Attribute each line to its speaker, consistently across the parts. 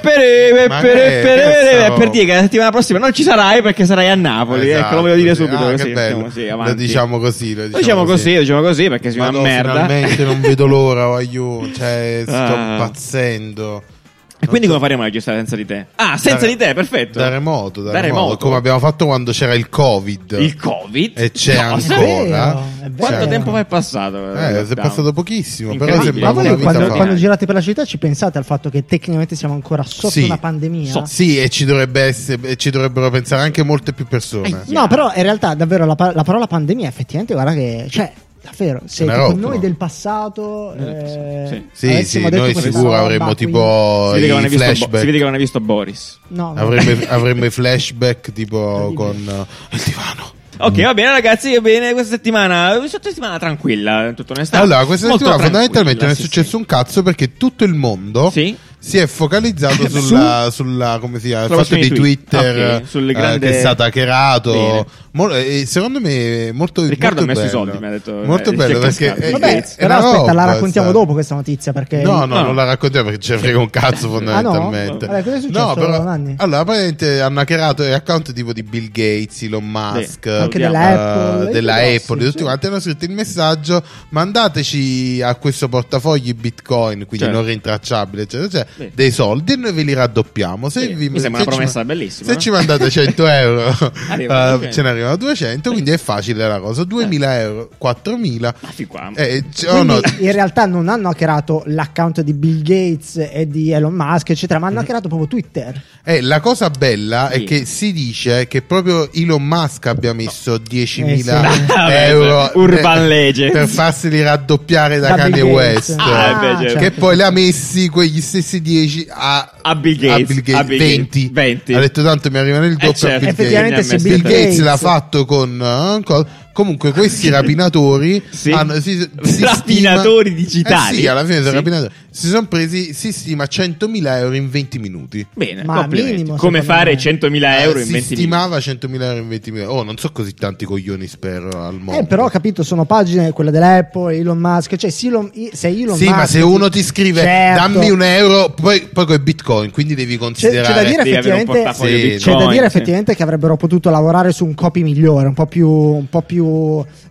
Speaker 1: pere,
Speaker 2: Ma
Speaker 1: pere,
Speaker 2: che è
Speaker 1: pere,
Speaker 2: questo?
Speaker 1: pere, per dire che la settimana prossima non ci sarai perché sarai a Napoli.
Speaker 2: Esatto,
Speaker 1: ecco, lo voglio dire
Speaker 2: sì.
Speaker 1: subito.
Speaker 2: Ah,
Speaker 1: così,
Speaker 2: che bello.
Speaker 1: diciamo, sì,
Speaker 2: lo
Speaker 1: avanti.
Speaker 2: diciamo così. Lo
Speaker 1: Lo diciamo così, lo diciamo così perché si
Speaker 2: Madò,
Speaker 1: una merda.
Speaker 2: Finalmente non vedo l'ora, voglio. Cioè, sto
Speaker 1: Ah.
Speaker 2: impazzendo.
Speaker 1: E quindi come faremo a registrare senza di te? Ah, senza
Speaker 2: Da-
Speaker 1: di te, perfetto.
Speaker 2: Da remoto, da,
Speaker 1: Da
Speaker 2: remoto,
Speaker 1: remoto.
Speaker 2: Come Eh, abbiamo fatto quando c'era il Covid.
Speaker 1: Il Covid?
Speaker 2: E c'è
Speaker 1: No,
Speaker 2: ancora.
Speaker 1: sai-
Speaker 2: C'è-
Speaker 1: Quanto tempo è passato?
Speaker 2: cioè. Eh, è
Speaker 1: lockdown?
Speaker 2: passato pochissimo, però
Speaker 1: Incredibile.
Speaker 2: sembrava
Speaker 1: Ma
Speaker 2: una
Speaker 1: voi
Speaker 2: vita
Speaker 3: quando,
Speaker 2: fa.
Speaker 3: quando girate per la città ci pensate al fatto che tecnicamente siamo ancora sotto
Speaker 2: Sì.
Speaker 3: una pandemia?
Speaker 1: So-
Speaker 2: Sì, e ci, dovrebbe essere, e ci dovrebbero pensare anche molte più persone.
Speaker 1: Ai-
Speaker 3: No, però in realtà davvero la, pa- la parola pandemia effettivamente guarda che... Cioè, davvero, se
Speaker 2: Una
Speaker 3: tipo
Speaker 2: roba,
Speaker 3: noi
Speaker 2: no?
Speaker 3: del passato...
Speaker 1: Noi del passato,
Speaker 3: eh,
Speaker 1: sì.
Speaker 2: Sì,
Speaker 3: avessimo
Speaker 2: sì,
Speaker 3: detto
Speaker 2: noi
Speaker 3: questa
Speaker 2: sicuro
Speaker 3: roba
Speaker 2: avremmo
Speaker 3: qui-
Speaker 2: tipo
Speaker 1: Si vede, che non
Speaker 2: i
Speaker 1: hai visto Bo- si vede
Speaker 2: flashback.
Speaker 1: che non hai visto Boris.
Speaker 3: Oh, No, no.
Speaker 2: Avremmo, avremmo i flashback tipo con eh, il divano.
Speaker 1: Ok, va bene, ragazzi. Va bene, questa settimana. Questa settimana tranquilla, in tutta onestà.
Speaker 2: Allora, questa
Speaker 1: Molto
Speaker 2: settimana
Speaker 1: tranquilla,
Speaker 2: fondamentalmente non è
Speaker 1: sì,
Speaker 2: successo un cazzo perché tutto il mondo
Speaker 1: Sì.
Speaker 2: si è focalizzato
Speaker 1: Su?
Speaker 2: sulla, sulla come si chiama, il
Speaker 1: Sulla
Speaker 2: fatto di
Speaker 1: questione di tweet.
Speaker 2: Twitter
Speaker 1: Ok, sul
Speaker 2: eh,
Speaker 1: grande-
Speaker 2: che è stato hackerato.
Speaker 1: Bene.
Speaker 2: Mol- e secondo me è molto
Speaker 1: Riccardo
Speaker 2: molto
Speaker 1: ha messo i
Speaker 2: bello.
Speaker 1: soldi, mi ha detto,
Speaker 2: Molto
Speaker 1: eh, si è
Speaker 2: bello perché
Speaker 1: cascato.
Speaker 2: è-
Speaker 3: Vabbè,
Speaker 2: è- è
Speaker 3: però
Speaker 2: una
Speaker 3: aspetta, la
Speaker 2: roba,
Speaker 3: raccontiamo
Speaker 2: sta-
Speaker 3: dopo questa notizia perché...
Speaker 2: No, no,
Speaker 1: No.
Speaker 2: non la raccontiamo perché ce ne frega un cazzo fondamentalmente.
Speaker 3: Ah, no? Vabbè, cosa è successo, Nanni?
Speaker 2: allora, praticamente hanno hackerato gli account tipo di Bill Gates, Elon Musk,
Speaker 1: Anche
Speaker 2: eh,
Speaker 3: della Apple,
Speaker 2: della
Speaker 3: dei
Speaker 2: Apple, di
Speaker 3: grossi,
Speaker 2: tutti
Speaker 3: sì.
Speaker 2: quanti hanno scritto il messaggio mandateci a questo portafogli Bitcoin, quindi
Speaker 1: Certo.
Speaker 2: non rintracciabili, eccetera, eccetera,
Speaker 1: Sì.
Speaker 2: dei soldi e noi ve li raddoppiamo. Se
Speaker 1: Sì,
Speaker 2: vi-
Speaker 1: mi sembra una
Speaker 2: se ci
Speaker 1: promessa
Speaker 2: ma-
Speaker 1: bellissima,
Speaker 2: Se
Speaker 1: no?
Speaker 2: ci mandate 100 euro,
Speaker 1: Arrivano
Speaker 2: eh,
Speaker 1: 200.
Speaker 2: ce ne arrivano 200, quindi è facile la
Speaker 1: Certo.
Speaker 2: cosa. 2000 euro, 4000.
Speaker 1: Ma fin qua.
Speaker 2: Eh, c- oh
Speaker 3: Quindi
Speaker 2: no,
Speaker 3: in realtà non hanno hackerato l'account di Bill Gates e di Elon Musk, eccetera,
Speaker 2: Mm.
Speaker 3: ma hanno hackerato proprio Twitter.
Speaker 2: Eh, la cosa bella
Speaker 1: Sì.
Speaker 2: è che si dice che proprio Elon Musk abbia messo 10.000
Speaker 3: Eh, sì.
Speaker 2: euro
Speaker 1: Urban
Speaker 2: per,
Speaker 1: Legends.
Speaker 2: per farseli raddoppiare da,
Speaker 3: Da Bill
Speaker 2: Kanye
Speaker 3: Gates.
Speaker 2: West.
Speaker 1: Ah, eh, beh, certo.
Speaker 2: Che poi le ha messi quegli stessi 10 a,
Speaker 1: A Bill Gates, a Bill
Speaker 2: 20.
Speaker 1: Gates, 20.
Speaker 2: Ha detto tanto mi arrivano il doppio a
Speaker 1: certo.
Speaker 2: Bill Gates.
Speaker 3: Effettivamente se
Speaker 1: Bill
Speaker 3: Bill
Speaker 2: Bill Gates
Speaker 3: Gates
Speaker 2: l'ha fatto con eh, co- comunque questi rapinatori
Speaker 1: Sì.
Speaker 2: hanno, si, si
Speaker 1: Rapinatori
Speaker 2: stima-
Speaker 1: digitali.
Speaker 2: eh sì, alla fine sono
Speaker 1: Sì.
Speaker 2: rapinatori. si sono presi si stima 100.000 euro in 20 minuti
Speaker 1: Bene,
Speaker 3: Ma
Speaker 1: complimenti.
Speaker 3: minimo,
Speaker 1: Come
Speaker 3: secondo
Speaker 1: fare
Speaker 3: me.
Speaker 1: 100.000 euro
Speaker 2: Eh,
Speaker 1: in 20
Speaker 2: si
Speaker 1: minuti?
Speaker 2: stimava 100.000 euro in 20.000 oh non so così tanti coglioni spero al mondo
Speaker 3: Eh, però ho capito, sono pagine, quella dell'Apple, Elon Musk, cioè se Elon, se Elon
Speaker 2: sì
Speaker 3: Musk...
Speaker 2: ma se uno ti scrive
Speaker 3: Certo.
Speaker 2: dammi un euro poi, poi con bitcoin quindi devi
Speaker 3: C'è, c'è da
Speaker 2: considerare
Speaker 3: dire
Speaker 1: Devi avere un
Speaker 3: effettivamente...
Speaker 1: portafoglio
Speaker 2: Sì,
Speaker 1: Bitcoin,
Speaker 3: C'è da
Speaker 1: sì.
Speaker 3: dire effettivamente che avrebbero potuto lavorare su un copy migliore, un po' più, un po' più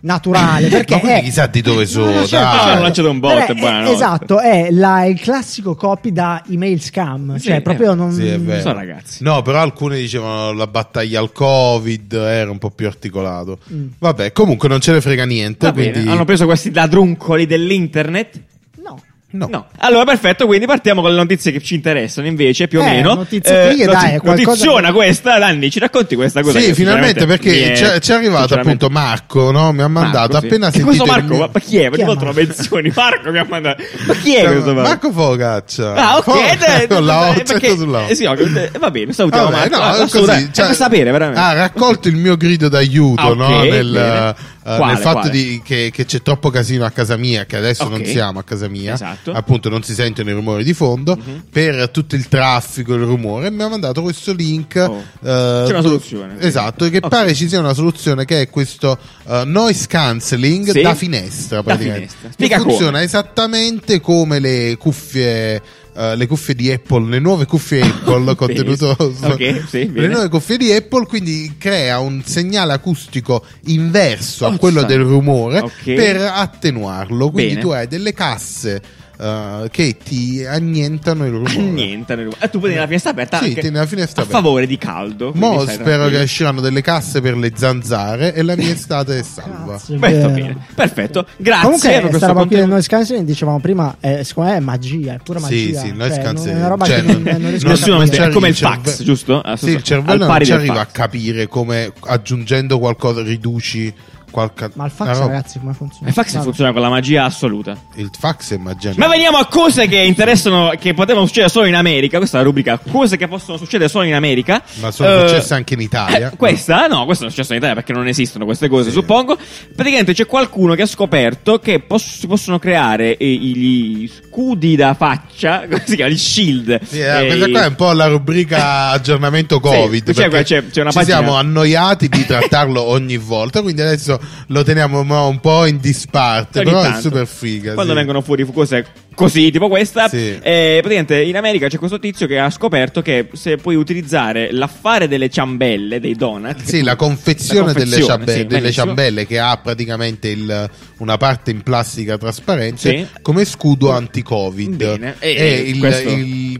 Speaker 3: naturale. Perché
Speaker 2: ma quindi
Speaker 3: è-
Speaker 2: chissà di dove sono
Speaker 3: No, no, certo,
Speaker 2: dai.
Speaker 1: Ah, hanno lanciato un bot,
Speaker 3: Però è-
Speaker 1: buonanotte.
Speaker 3: Esatto, è la- il classico copy da email scam.
Speaker 1: Sì,
Speaker 3: cioè,
Speaker 1: eh,
Speaker 3: proprio non.
Speaker 2: Sì, è vero.
Speaker 1: So, ragazzi.
Speaker 2: No, però alcuni dicevano la battaglia al Covid era un po' più articolato.
Speaker 3: Mm.
Speaker 2: Vabbè, comunque non ce ne frega niente.
Speaker 1: Va bene,
Speaker 2: quindi...
Speaker 1: Hanno preso questi ladruncoli dell'internet.
Speaker 3: No.
Speaker 2: No.
Speaker 1: No. Allora, perfetto, quindi partiamo con le notizie che ci interessano invece, più o
Speaker 3: Eh,
Speaker 1: meno.
Speaker 3: notizie qui, dai, è qualcosa-
Speaker 1: notiziona questa, Danni, ci racconti questa cosa?
Speaker 2: Sì,
Speaker 1: che
Speaker 2: finalmente
Speaker 1: sinceramente
Speaker 2: perché
Speaker 1: mi
Speaker 2: c'è, c'è arrivato
Speaker 1: sinceramente-
Speaker 2: appunto Marco, no? mi ha mandato
Speaker 1: Marco, sì.
Speaker 2: appena
Speaker 1: Che
Speaker 2: sentito...
Speaker 1: Questo
Speaker 2: il
Speaker 1: Marco,
Speaker 2: mio-
Speaker 1: ma ma chi è? Perché
Speaker 3: Chi è
Speaker 1: poi te lo
Speaker 3: Marco?
Speaker 1: menzioni? Marco mi ha mandato. Ma chi è questo Marco?
Speaker 2: Marco Fogaccia.
Speaker 1: Ah, ok. eh,
Speaker 2: Fogaccia Con la O,
Speaker 1: eh,
Speaker 2: accento
Speaker 1: perché-
Speaker 2: sulla O.
Speaker 1: eh, sì, ok, eh, va bene, salutiamo
Speaker 2: Vabbè,
Speaker 1: Marco.
Speaker 2: no,
Speaker 1: Ah,
Speaker 2: è
Speaker 1: assolutamente,
Speaker 2: così,
Speaker 1: è
Speaker 2: cioè-
Speaker 1: per sapere, veramente.
Speaker 2: Ha raccolto il mio grido d'aiuto
Speaker 1: Ah, ok,
Speaker 2: no? nel,
Speaker 1: bene.
Speaker 2: eh,
Speaker 1: Quale,
Speaker 2: nel fatto
Speaker 1: quale?
Speaker 2: di- che, che c'è troppo casino a casa mia, che adesso
Speaker 1: Ok.
Speaker 2: non siamo a casa mia,
Speaker 1: Esatto. Mhm.
Speaker 2: appunto non si sentono i rumori di fondo, per tutto il traffico, il rumore, mi ha mandato questo link.
Speaker 1: Oh.
Speaker 2: eh,
Speaker 1: C'è una soluzione.
Speaker 2: Esatto, che
Speaker 1: Ok.
Speaker 2: pare ci sia una soluzione che è questo eh, noise cancelling
Speaker 1: Sì.
Speaker 2: da finestra.
Speaker 1: Da
Speaker 2: praticamente.
Speaker 1: finestra. Spiega
Speaker 2: Che funziona
Speaker 1: come.
Speaker 2: esattamente come le cuffie. eh, le cuffie di Apple, le nuove cuffie Apple contenuto
Speaker 1: Ok, sì,
Speaker 2: le
Speaker 1: bene.
Speaker 2: nuove cuffie di Apple, quindi crea un segnale acustico inverso a
Speaker 1: Ozza.
Speaker 2: quello del rumore
Speaker 1: Ok.
Speaker 2: per attenuarlo. Quindi
Speaker 1: Bene.
Speaker 2: tu hai delle casse eh, che ti annientano il rumore.
Speaker 1: Niente, nel- eh, tu puoi tenere la finestra aperta
Speaker 2: Sì,
Speaker 1: anche
Speaker 2: tieni la finestra
Speaker 1: a
Speaker 2: aperta.
Speaker 1: favore di caldo. quindi
Speaker 2: Mo'
Speaker 1: stai
Speaker 2: spero
Speaker 1: tranquillo.
Speaker 2: che usciranno delle casse per le zanzare e la mia estate è salva.
Speaker 3: Cazzo, è
Speaker 1: Perfetto,
Speaker 3: vero.
Speaker 1: bene. Perfetto. Grazie
Speaker 3: Comunque,
Speaker 1: per
Speaker 3: questa
Speaker 1: questo
Speaker 3: roba qui del
Speaker 1: contenuto.
Speaker 3: noise cancelling, dicevamo prima, eh, secondo me è magia, è pura
Speaker 2: Sì,
Speaker 3: magia.
Speaker 2: sì, noi
Speaker 3: Cioè, non-
Speaker 2: scansiamo.
Speaker 3: È una roba
Speaker 2: Cioè,
Speaker 3: che non, non riesco a
Speaker 1: Nessuno
Speaker 3: capire.
Speaker 1: mette- è
Speaker 2: c'arriva
Speaker 1: come il
Speaker 2: cerve-
Speaker 1: fax, giusto? Ah,
Speaker 2: cioè, Sì,
Speaker 1: scusa,
Speaker 2: il cervello
Speaker 1: al
Speaker 2: non
Speaker 1: pari
Speaker 2: ci
Speaker 1: del
Speaker 2: arriva a
Speaker 1: fax.
Speaker 2: capire come aggiungendo qualcosa riduci qualche
Speaker 3: Ma il
Speaker 2: una
Speaker 3: fax,
Speaker 2: roba.
Speaker 3: ragazzi, come funziona?
Speaker 1: Il Eh, fax
Speaker 3: Vabbè.
Speaker 1: funziona con la magia assoluta.
Speaker 2: Il fax è magia.
Speaker 1: Ma veniamo a cose che interessano, che potevano succedere solo in America. Questa è la rubrica cose che possono succedere solo in America.
Speaker 2: Ma sono
Speaker 1: Eh,
Speaker 2: successe anche in Italia.
Speaker 1: eh, questa, no, questa è successa in Italia perché non esistono queste cose,
Speaker 2: Sì.
Speaker 1: suppongo. Praticamente c'è qualcuno che ha scoperto che pos- si possono creare eh, i- gli scudi da faccia, come si chiama? Gli shield.
Speaker 2: Sì, eh,
Speaker 1: Eh,
Speaker 2: questa
Speaker 1: i-
Speaker 2: qua è un po' la rubrica aggiornamento Covid.
Speaker 1: c'è-
Speaker 2: perché
Speaker 1: c'è- c'è una
Speaker 2: ci
Speaker 1: pagina-
Speaker 2: siamo annoiati di trattarlo ogni volta, quindi adesso lo teniamo mo un po' in disparte,
Speaker 1: Cioè, Ogni
Speaker 2: però è
Speaker 1: tanto.
Speaker 2: super figa.
Speaker 1: Quando
Speaker 2: sì.
Speaker 1: vengono fuori cose così, tipo questa,
Speaker 2: Sì.
Speaker 1: eh, praticamente in America c'è questo tizio che ha scoperto che se puoi utilizzare l'affare delle ciambelle, dei donut,
Speaker 2: Sì, la confezione,
Speaker 1: La confezione,
Speaker 2: delle, ciambe-
Speaker 1: sì,
Speaker 2: delle
Speaker 1: benissimo.
Speaker 2: ciambelle che ha praticamente il- una parte in plastica trasparente
Speaker 1: Sì.
Speaker 2: come scudo anti-Covid.
Speaker 1: Bene, e-
Speaker 2: E,
Speaker 1: e
Speaker 2: il,
Speaker 1: questo-
Speaker 2: il-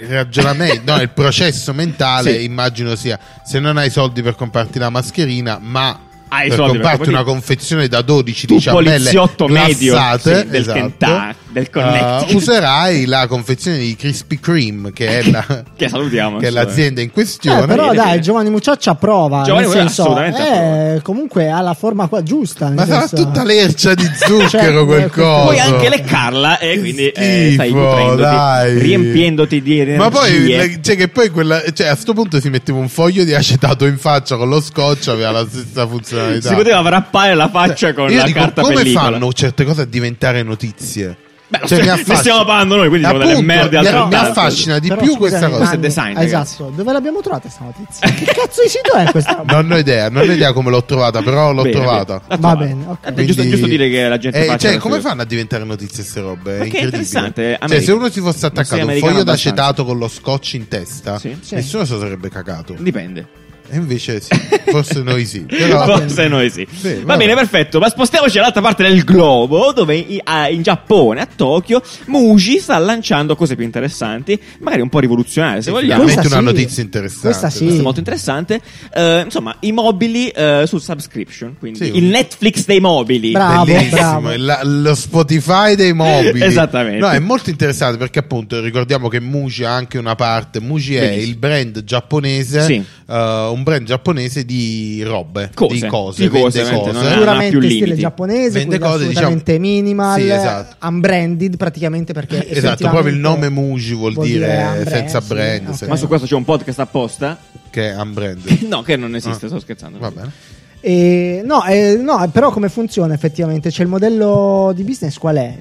Speaker 2: il ragionamento, no, il processo mentale
Speaker 1: Sì.
Speaker 2: immagino sia se non hai soldi per comprarti la mascherina, ma
Speaker 1: Hai i
Speaker 2: per
Speaker 1: soldi per
Speaker 2: comprarti
Speaker 1: comprarti-
Speaker 2: una confezione da 12
Speaker 1: Tu
Speaker 2: di ciambelle
Speaker 1: poliziotto medio,
Speaker 2: glassate,
Speaker 1: sì, del
Speaker 2: esatto,
Speaker 1: Kentucky, del
Speaker 2: eh,
Speaker 1: Connecticut.
Speaker 2: userai la confezione di Krispy Kreme che è, la-
Speaker 1: Che salutiamo,
Speaker 2: che è
Speaker 1: insomma.
Speaker 2: l'azienda in questione
Speaker 3: Eh, però
Speaker 1: Bene,
Speaker 3: dai,
Speaker 1: bene.
Speaker 3: Giovanni Mucciaccia prova.
Speaker 1: Giovanni
Speaker 3: nel
Speaker 1: Mucciaccia
Speaker 3: senso,
Speaker 1: assolutamente
Speaker 3: eh, comunque ha la forma qua giusta. nel
Speaker 2: Ma sarà
Speaker 3: senso-
Speaker 2: tutta lercia di zucchero
Speaker 3: Cioè,
Speaker 2: quel
Speaker 3: eh,
Speaker 2: coso.
Speaker 1: puoi anche leccarla e quindi eh,
Speaker 2: Schifo,
Speaker 1: stai nutrendoti,
Speaker 2: dai.
Speaker 1: riempiendoti di energie.
Speaker 2: Ma poi, le- cioè, che poi quella, cioè, a sto punto si metteva un foglio di acetato in faccia con lo scotch, aveva la stessa funzionalità.
Speaker 1: si poteva wrappare la faccia
Speaker 2: Cioè,
Speaker 1: con
Speaker 2: io
Speaker 1: la
Speaker 2: dico,
Speaker 1: carta
Speaker 2: come
Speaker 1: pellicola.
Speaker 2: fanno certe cose a diventare notizie?
Speaker 1: Beh, lo
Speaker 2: Cioè,
Speaker 1: st-
Speaker 2: mi
Speaker 1: ne
Speaker 2: affascina-
Speaker 1: stiamo parlando noi, quindi siamo delle
Speaker 2: Appunto,
Speaker 1: merde
Speaker 2: mi- Mi
Speaker 1: altrettanto.
Speaker 2: affascina di
Speaker 3: Però,
Speaker 2: più
Speaker 3: scusami,
Speaker 2: questa cosa.
Speaker 1: Questo è design,
Speaker 3: esatto.
Speaker 1: ragazzi.
Speaker 3: Dove l'abbiamo trovata sta notizia? Che cazzo di sito è questa roba?
Speaker 2: Non ho idea, non ho idea come l'ho trovata, però l'ho
Speaker 1: Bene,
Speaker 2: trovata.
Speaker 1: bene. La
Speaker 3: Va
Speaker 1: trovata.
Speaker 3: bene, ok.
Speaker 1: Eh, giusto,
Speaker 2: Quindi-
Speaker 1: giusto dire che la gente
Speaker 2: Eh,
Speaker 1: faccia
Speaker 2: cioè,
Speaker 1: le
Speaker 2: come
Speaker 1: sue-
Speaker 2: fanno a diventare notizie queste robe? È
Speaker 1: Perché è
Speaker 2: incredibile.
Speaker 1: interessante, eh,
Speaker 2: Cioè,
Speaker 1: America.
Speaker 2: se uno si fosse
Speaker 1: Non sei
Speaker 2: attaccato un
Speaker 1: americano
Speaker 2: foglio
Speaker 1: abbastanza.
Speaker 2: d'acetato con lo scotch in testa,
Speaker 1: Sì.
Speaker 3: Sì.
Speaker 2: nessuno si sarebbe cagato.
Speaker 1: Dipende.
Speaker 2: E invece sì, forse noi sì. Però
Speaker 1: Forse noi sì.
Speaker 2: Sì,
Speaker 1: Va
Speaker 2: vabbè.
Speaker 1: bene, perfetto. Ma spostiamoci all'altra parte del globo, dove i- a- in Giappone, a Tokyo, Muji sta lanciando cose più interessanti, magari un po' rivoluzionarie se vogliamo.
Speaker 2: veramente
Speaker 3: Questa
Speaker 2: una
Speaker 3: sì.
Speaker 2: notizia interessante.
Speaker 3: Questa
Speaker 1: Questo
Speaker 3: sì.
Speaker 1: è molto interessante. Eh, insomma, i mobili eh, su subscription, quindi
Speaker 2: Sì.
Speaker 1: il Netflix dei mobili.
Speaker 3: Bravo.
Speaker 2: Bellissimo,
Speaker 3: bravo.
Speaker 2: la- lo Spotify dei mobili.
Speaker 1: Esattamente.
Speaker 2: No, è molto interessante perché appunto ricordiamo che Muji ha anche una parte. Muji è
Speaker 1: Benissimo.
Speaker 2: il brand giapponese,
Speaker 1: Sì.
Speaker 2: eh, un brand giapponese di robe,
Speaker 1: Cose.
Speaker 2: di cose,
Speaker 1: Di cose,
Speaker 2: vende
Speaker 1: ovviamente, non
Speaker 2: cose.
Speaker 1: è-
Speaker 3: Sicuramente
Speaker 1: più
Speaker 3: stile
Speaker 1: limiti.
Speaker 3: giapponese,
Speaker 2: Vende
Speaker 3: quindi
Speaker 2: cose,
Speaker 3: assolutamente
Speaker 2: diciamo-
Speaker 3: minimal,
Speaker 2: Sì, esatto.
Speaker 3: unbranded praticamente perché
Speaker 2: Esatto, proprio il nome Muji vuol, dire,
Speaker 3: unbranded,
Speaker 2: senza
Speaker 3: sì,
Speaker 2: brand,
Speaker 3: ok.
Speaker 2: senza-
Speaker 1: Ma su questo c'è un podcast apposta?
Speaker 2: che è unbranded.
Speaker 1: No, che non esiste,
Speaker 2: Ah.
Speaker 1: sto scherzando.
Speaker 2: Va bene.
Speaker 3: E, no, eh, no, però come funziona effettivamente? C'è il modello di business qual è?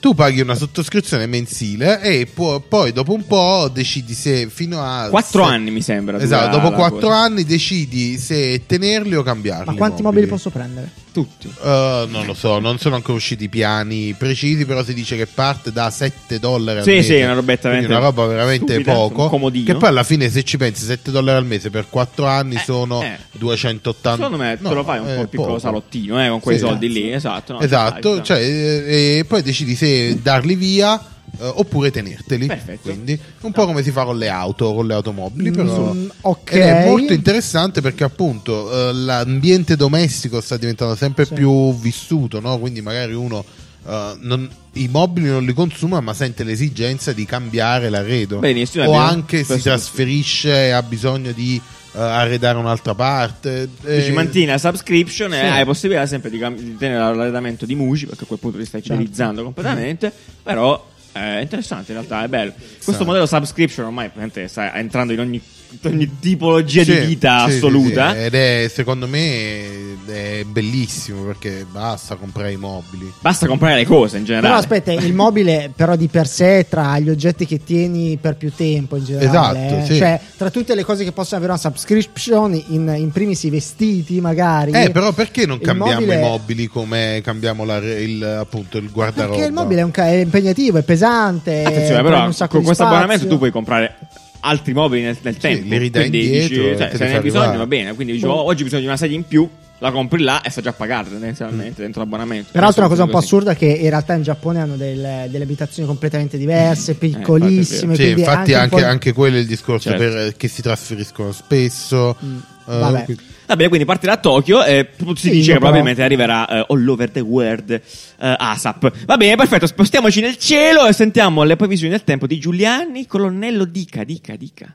Speaker 2: Tu paghi una sottoscrizione mensile e pu- poi dopo un po' decidi se fino a...
Speaker 1: Quattro
Speaker 2: se-
Speaker 1: anni mi sembra.
Speaker 2: Esatto,
Speaker 1: dura
Speaker 2: dopo
Speaker 1: la
Speaker 2: quattro
Speaker 1: cosa.
Speaker 2: anni decidi se tenerli o cambiarli.
Speaker 3: Ma quanti mobili posso prendere?
Speaker 1: Tutti.
Speaker 2: Eh, non lo so, non sono ancora usciti i piani precisi, però si dice che parte da 7 dollari al
Speaker 1: Sì,
Speaker 2: mese.
Speaker 1: sì, una robetta
Speaker 2: Quindi
Speaker 1: veramente
Speaker 2: una roba veramente
Speaker 1: stupida,
Speaker 2: poco.
Speaker 1: un comodino.
Speaker 2: Che poi alla fine, se ci pensi, 7 dollari al mese per 4 anni
Speaker 1: Eh,
Speaker 2: sono
Speaker 1: eh.
Speaker 2: 280.
Speaker 1: Secondo me
Speaker 2: No,
Speaker 1: te lo fai un
Speaker 2: eh,
Speaker 1: po' piccolo
Speaker 2: poco.
Speaker 1: salottino, eh, con quei
Speaker 2: Sì,
Speaker 1: soldi
Speaker 2: cazzo.
Speaker 1: lì, esatto. no,
Speaker 2: esatto,
Speaker 1: dai,
Speaker 2: cioè, eh, e poi decidi se darli via eh, oppure tenerteli.
Speaker 1: Perfetto.
Speaker 2: Quindi, un po' come si fa con le auto, con le automobili, però.
Speaker 3: Mm, ok.
Speaker 2: Ed è molto interessante perché appunto eh, l'ambiente domestico sta diventando sempre
Speaker 3: Sì.
Speaker 2: più vissuto, no? quindi magari uno eh, non- i mobili non li consuma ma sente l'esigenza di cambiare l'arredo
Speaker 1: Benissimo,
Speaker 2: o
Speaker 1: abbiamo
Speaker 2: anche si
Speaker 1: questo-
Speaker 2: trasferisce e ha bisogno di eh, arredare un'altra parte.
Speaker 1: Tu ci
Speaker 2: eh,
Speaker 1: mantieni la subscription
Speaker 2: sì.
Speaker 1: e hai possibilità sempre di, cam- di tenere l'arredamento di Muji perché a quel punto li stai
Speaker 3: Certo.
Speaker 1: civilizzando
Speaker 2: Mm-hmm.
Speaker 1: completamente però eh, è interessante in realtà è bello questo
Speaker 2: Sì.
Speaker 1: modello subscription ormai praticamente sta entrando in ogni, ogni tipologia
Speaker 2: Sì,
Speaker 1: di vita
Speaker 2: sì, eh. sì,
Speaker 1: assoluta
Speaker 2: sì. Ed è secondo me è bellissimo perché basta comprare i mobili.
Speaker 1: basta comprare le cose
Speaker 2: Eh,
Speaker 1: in generale
Speaker 3: Però aspetta, il mobile però di per sé tra gli oggetti che tieni per più tempo in generale.
Speaker 2: Esatto,
Speaker 3: eh.
Speaker 2: sì.
Speaker 3: Cioè, tra tutte le cose che possono avere una subscription, in, in primis i vestiti magari.
Speaker 2: Eh, però perché non
Speaker 3: Il
Speaker 2: cambiamo
Speaker 3: mobile-
Speaker 2: i mobili come cambiamo la re- il, appunto il guardaroba?
Speaker 3: Perché il mobile è, un ca- è impegnativo, è
Speaker 2: eh,
Speaker 3: pesante.
Speaker 1: Ah, Attenzione,
Speaker 3: prende
Speaker 1: però
Speaker 3: un sacco
Speaker 1: con
Speaker 3: di
Speaker 1: questo
Speaker 3: spazio.
Speaker 1: abbonamento tu puoi comprare altri mobili nel, nel tempo.
Speaker 2: li ridai
Speaker 1: quindi
Speaker 2: indietro
Speaker 1: dici,
Speaker 2: e
Speaker 1: cioè,
Speaker 2: te li
Speaker 1: se ne
Speaker 2: fai
Speaker 1: hai bisogno
Speaker 2: arrivare. Boh.
Speaker 1: va bene. Quindi dicevo, oggi ho bisogno di una sedia in più, la compri là e sta già pagata tendenzialmente
Speaker 2: Mm.
Speaker 1: dentro l'abbonamento.
Speaker 3: Peraltro è una cosa un po'
Speaker 1: Così.
Speaker 3: assurda è che in realtà in Giappone hanno del- delle abitazioni completamente diverse,
Speaker 1: Eh, vero.
Speaker 3: piccolissime.
Speaker 2: Sì,
Speaker 3: quindi
Speaker 2: infatti
Speaker 3: anche, un
Speaker 2: anche,
Speaker 3: po' di-
Speaker 2: anche quello è il discorso
Speaker 1: Certo.
Speaker 2: per- eh, che si trasferiscono spesso.
Speaker 3: Mm,
Speaker 2: Eh,
Speaker 3: vabbè.
Speaker 2: qui-
Speaker 1: Va bene, quindi partirà a Tokyo e si
Speaker 3: Sì,
Speaker 1: dice che
Speaker 3: però.
Speaker 1: probabilmente arriverà eh, all over the world eh, ASAP. Va bene, perfetto, spostiamoci nel cielo e sentiamo le previsioni del tempo di Giuliani, colonnello Dica, Dica, Dica.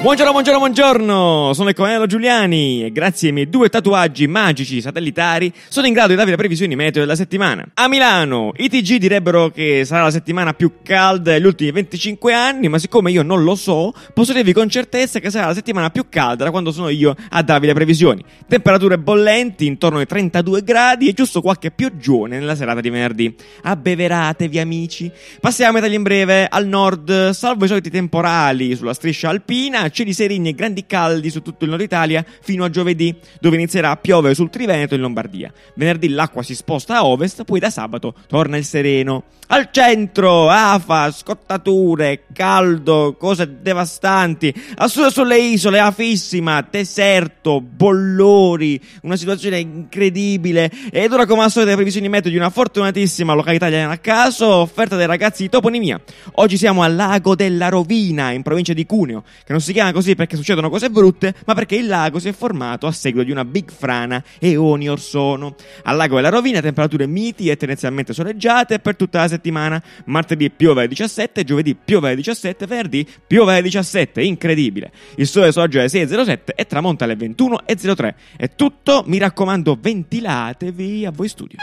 Speaker 1: Buongiorno, buongiorno, buongiorno! Sono il colonnello Giuliani e grazie ai miei due tatuaggi magici satellitari sono in grado di darvi le previsioni meteo della settimana. A Milano, i TG direbbero che sarà la settimana più calda degli ultimi 25 anni, ma siccome io non lo so, posso dirvi con certezza che sarà la settimana più calda da quando sono io a darvi le previsioni. Temperature bollenti intorno ai 32 gradi e giusto qualche pioggione nella serata di venerdì. Abbeveratevi amici. Passiamo ai tagli in breve. Al nord, salvo i soliti temporali sulla striscia alpina, cieli sereni e grandi caldi su tutto il nord Italia fino a giovedì, dove inizierà a piovere sul Triveneto e in Lombardia. Venerdì l'acqua si sposta a ovest, poi da sabato torna il sereno. Al centro, afa, scottature, caldo, cose devastanti. A sud sulle isole, afissima, deserto, bollori, una situazione incredibile. Ed ora come al solito le previsioni meteo di una fortunatissima località italiana a caso, offerta dai ragazzi di Toponimia. Oggi siamo al lago della Rovina, in provincia di Cuneo, che non si chiama così perché succedono cose brutte, ma perché il lago si è formato a seguito di una big frana e oni or sono. Al lago della Rovina temperature miti e tendenzialmente soleggiate per tutta la settimana. Martedì piove alle 17, giovedì piove alle 17, venerdì piove alle 17, incredibile. Il sole sorge alle 6.07 e tramonta alle 21.03. È tutto, mi raccomando ventilatevi a voi studio.